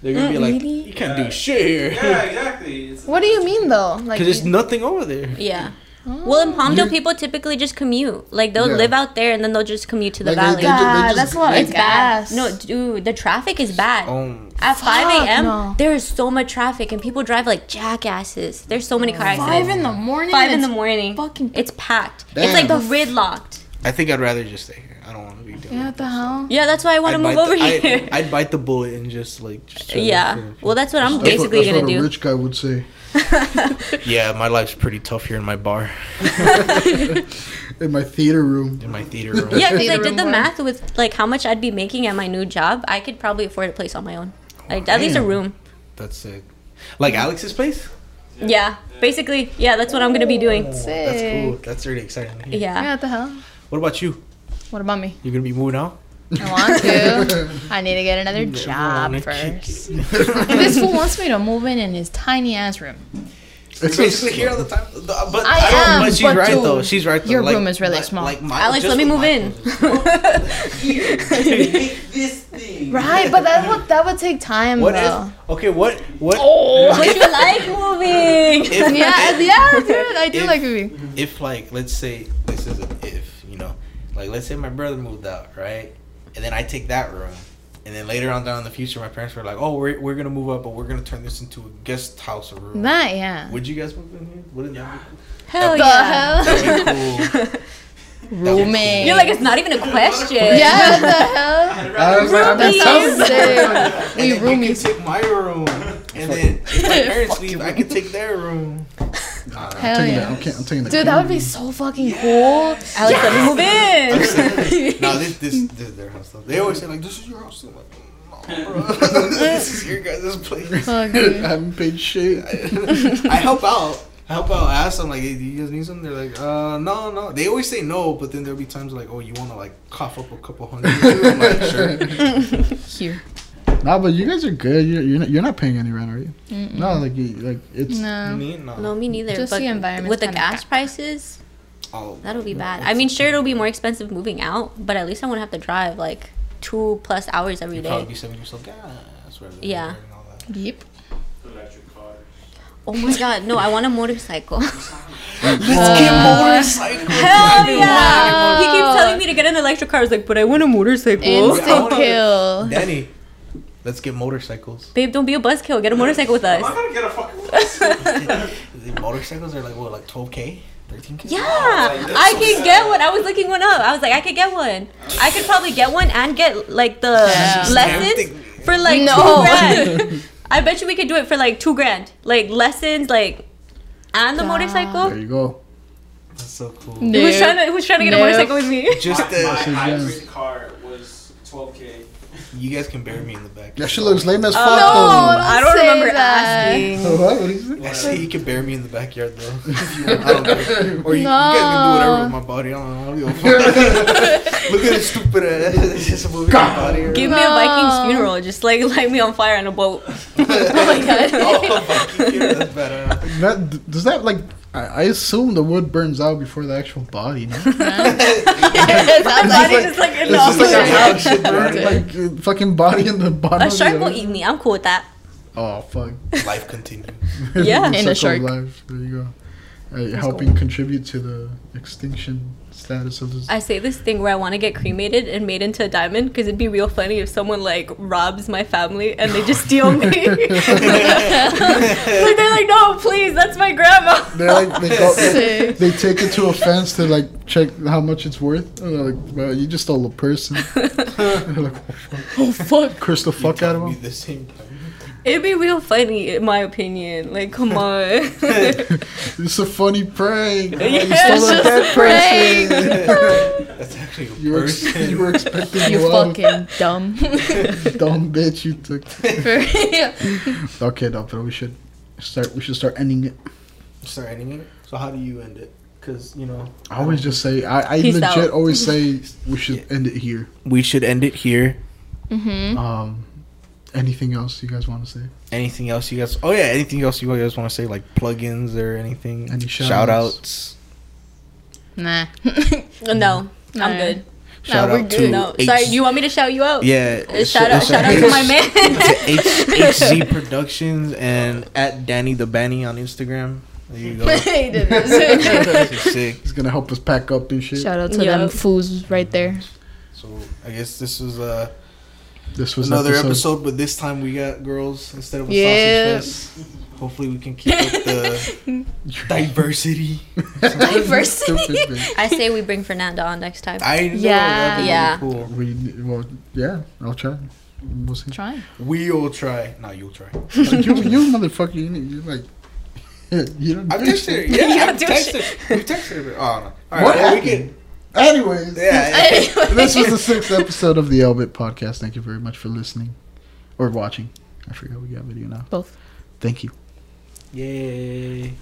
B: They're gonna
C: Uh,
B: be
D: Mm,
B: like,
D: really?
B: you can't
E: Yeah.
B: do shit here.
E: Yeah, exactly. It's,
C: What do you mean though? Like
B: Cause there's nothing over there.
D: Yeah. Well, in Palmdale,
A: You're-
D: people typically just commute. Like they'll
A: Yeah.
D: live out there and then they'll just commute to the
A: Like,
D: valley.
A: they ju-
C: God,
A: just-
C: that's a lot of
D: it's bad.
C: gas.
D: No, dude, the traffic is bad.
B: Um,
D: At 5
C: Fuck
D: a.m.,
C: no.
D: there is so much traffic and people drive like jackasses. There's so many car
C: five
D: accidents.
C: in the morning.
D: Five in
C: it's
D: the morning.
C: Fucking.
D: It's packed. It's
A: Damn.
D: like gridlocked.
B: I think I'd rather just stay here. I don't want to be doing.
C: yeah, what the hell?
D: Yeah, that's why I want to move over here.
B: I, would bite the bullet and just like. Just chill for
D: yeah.
B: a few-
D: Well, that's what I'm
A: That's
D: basically
A: what, that's what a
D: going to do.
A: rich guy would say.
B: yeah, my life's pretty tough here in my bar,
A: In my theater room.
B: in my theater room.
D: yeah, because I
C: Theater
D: did the
C: room
D: math with like how much I'd be making at my new job. I could probably afford a place on my own. Like at least a
B: Damn.
D: room.
B: That's sick. Like Alex's place.
D: Yeah. Basically, yeah, that's what I'm going to be doing.
B: That's cool.
C: Sick.
B: That's really exciting. to hear.
D: Yeah.
C: Yeah, what the hell?
B: What about you?
C: What about me?
B: You gonna be moving out?
C: I want to. I need to get another job
B: wanna this
C: first. this fool wants me to move in in his tiny ass room.
B: It's basically here all the time. Th- But,
C: I
B: I don't-
C: am,
B: but she's
C: but
B: right
C: dude,
B: though. She's right though.
C: your room is really small.
B: my-
D: Alex,
B: just
D: let me
B: what
D: move
B: my
D: in.
B: room is.
E: this thing.
C: Right, but that would that would take time
B: What
C: though.
B: if? Okay, what? What?
D: Would you like moving?
B: If,
C: yeah, yeah, dude, I do
B: If-
C: like moving.
B: if like let's say this is an if you know like let's say my brother moved out right and then i take that room and then later on down in the future my parents were like oh we're, we're gonna move up but we're gonna turn this into a guest house room
C: That yeah.
B: would you guys move in here wouldn't that be,
D: Hell
C: the
D: yeah.
C: hell?
B: that'd be cool
C: Rooming.
D: You're like, it's not even a question.
C: yeah, the hell?
E: I'd
B: Uh,
A: I was
E: rather
A: like, I've been
D: Roomies.
A: telling you.
B: And
C: Sick. We
B: then you can
C: roomies.
B: take my room and then if my parents leave i can take their room Nah, nah.
A: I'm
C: Hell
A: taking the-
C: yeah.
A: I'm ca- I'm taking the
C: Dude, that would be so fucking cool.
D: Alex, let me move in.
B: no this, this this is their house though. they always say like this is your house I'm like, "No, bro. this is your guys' place
C: Fuck,
A: I
C: dude.
A: haven't paid shit.
B: I help out. I help out. I ask them like, hey, do you guys need something? They're like, uh, no, no. They always say no, but then there'll be times like, oh, you want to like cough up a couple hundred? I'm like, sure.
C: Here.
A: Nah, but you guys are good. You're you're not, you're not paying any rent, are you? No, like you, like it's
C: No.
B: Me, no.
D: Um, No, me neither.
C: Just
D: but
C: the environment's
D: with the
C: kinda
D: gas
C: bad.
D: prices,
B: Oh,
D: that'll be bad. I mean, sure, it'll be more expensive moving out, but at least I won't have to drive like two plus hours every
B: you'd
D: day.
B: probably be saving yourself gas. rather than
D: Yeah.
B: and all that.
C: Yep.
E: Electric car.
D: Oh my god, no, I want a motorcycle.
C: Uh,
B: Let's get motorcycle.
D: Hell yeah!
C: Wow.
D: He keeps telling me to get an electric car. I was like, but I want a motorcycle.
B: I
C: Instant
B: wanna-
C: kill.
B: Danny, let's get motorcycles.
D: Babe, don't be a buzzkill. Get a motorcycle with
E: I'm not
D: us.
E: gonna get a fucking one.
B: The motorcycles are like what, like 12k, 13k?
D: Yeah, I could get one. I was looking one up. I was like, I could get one. I could probably get one and get like the
C: Yeah.
D: lessons
B: Everything.
D: for like
C: No.
D: two grand. I bet you we could do it for like two grand, like lessons, like and the
C: Yeah.
A: there
D: motorcycle.
A: you go.
B: That's so cool.
C: No.
D: Who's trying to Who's trying to get a
C: Nope.
D: motorcycle with me?
B: Just
E: my, my
A: so
B: uh,
E: hybrid
A: yes.
E: car was 12k.
B: you guys can bury me in the back.
A: That shit looks lame as
D: Oh,
A: fuck.
C: no.
D: I
C: don't
D: don't
C: say
D: remember
C: that.
D: asking.
A: though. What? What is it?
B: I say you can bury me in the backyard though. If you want. I don't care. Or you, you guys can do
C: No.
B: whatever with my body. I don't know. I don't give a fuck. Look at this stupid ass. It's just moving my body. around.
D: Give me a Viking's
C: No.
D: funeral. Just like light me on fire on a boat.
B: Oh, fuck you, that's better.
A: That, d- does that like? I, I assume the wood burns out before the actual body. No?
D: Yes, my body
A: like-
D: just like in
A: It's just like a
D: the
A: house shit burning, like uh, fucking body in the bottom.
D: A
A: of
D: shark
A: the
D: will
A: ocean.
D: eat me. I'm cool with that.
A: Oh fuck!
B: Life continues.
D: Yeah.
A: Circle
C: And a
A: of
C: shark.
A: Life. There you go. Uh, helping contribute to the extinction status of this.
D: I say this thing where I want to get cremated and made into a diamond because it'd be real funny if someone like robs my family and they just steal me. like they're like, no, please, that's my grandma.
A: They're like they, go, they,
C: Sick.
A: they take it to a fence to like check how much it's worth. And they're like, well, you just stole a person. And they're like, oh fuck!
C: Oh fuck.
A: Curse the fuck out of
B: Be
A: him.
B: the same time.
D: It'd be real funny, in my opinion. Like, come on.
A: It's a funny prank. Oh, you
D: Yeah,
A: stole a
C: it's
A: dead
C: just a prank.
A: person.
B: That's actually a
A: You were, ex-
B: person.
A: you were expecting a
C: You
A: lot of
C: fucking dumb.
A: dumb bitch you took.
C: For real.
A: Okay, no, but we should start. We should start ending it.
B: Sorry, anyway. So how do you end it? Because you know
A: I always just say. I, I
D: Peace
A: legit
D: out.
A: always say we should end it here.
B: we should end it here.
C: Mm-hmm.
A: Um, anything else you guys want to say?
B: Anything else you guys? Oh yeah, anything else you guys want to say? Like plugins or anything?
A: Any shout-outs?
B: shout outs?
C: Nah.
D: no, I'm
C: Nah.
D: good.
B: Shout
C: we're
B: out
C: good.
B: to
D: No,
B: H-
D: sorry. Do you want me to shout you out?
B: Yeah.
D: Uh, shout out, shout out to my man.
B: H- HZ Productions and at Danny the Banny on Instagram. There you go.
C: He did this.
B: This is sick.
A: He's gonna help us pack up and shit.
C: Shout out to them
D: Yup.
C: fools right there.
B: So I guess this was uh,
A: This was
B: another episode. but this time we got girls instead of a
C: Yeah.
B: sausage fest. Hopefully we can keep up the diversity.
C: Diversity.
A: Stupid bitch.
D: I say we bring Fernanda on next time.
B: I know
C: Yeah.
D: Yeah.
B: yeah. cool.
A: we well, yeah. I'll try. We'll see.
C: Try.
B: We'll try. No, you'll try.
A: you, you motherfucker. You, need- you like. You don't.
B: I've
A: do shit.
B: texted her. Yeah,
D: You
B: I've
D: do
B: texted her. We've texted her. Oh, no. All right.
A: What
B: well, we
A: happened?
B: can,
A: Anyways.
B: yeah, yeah.
A: this was the sixth episode of the Elbit podcast. Thank you very much for listening or watching. I forgot we got video now.
C: Both.
A: Thank you.
B: Yay.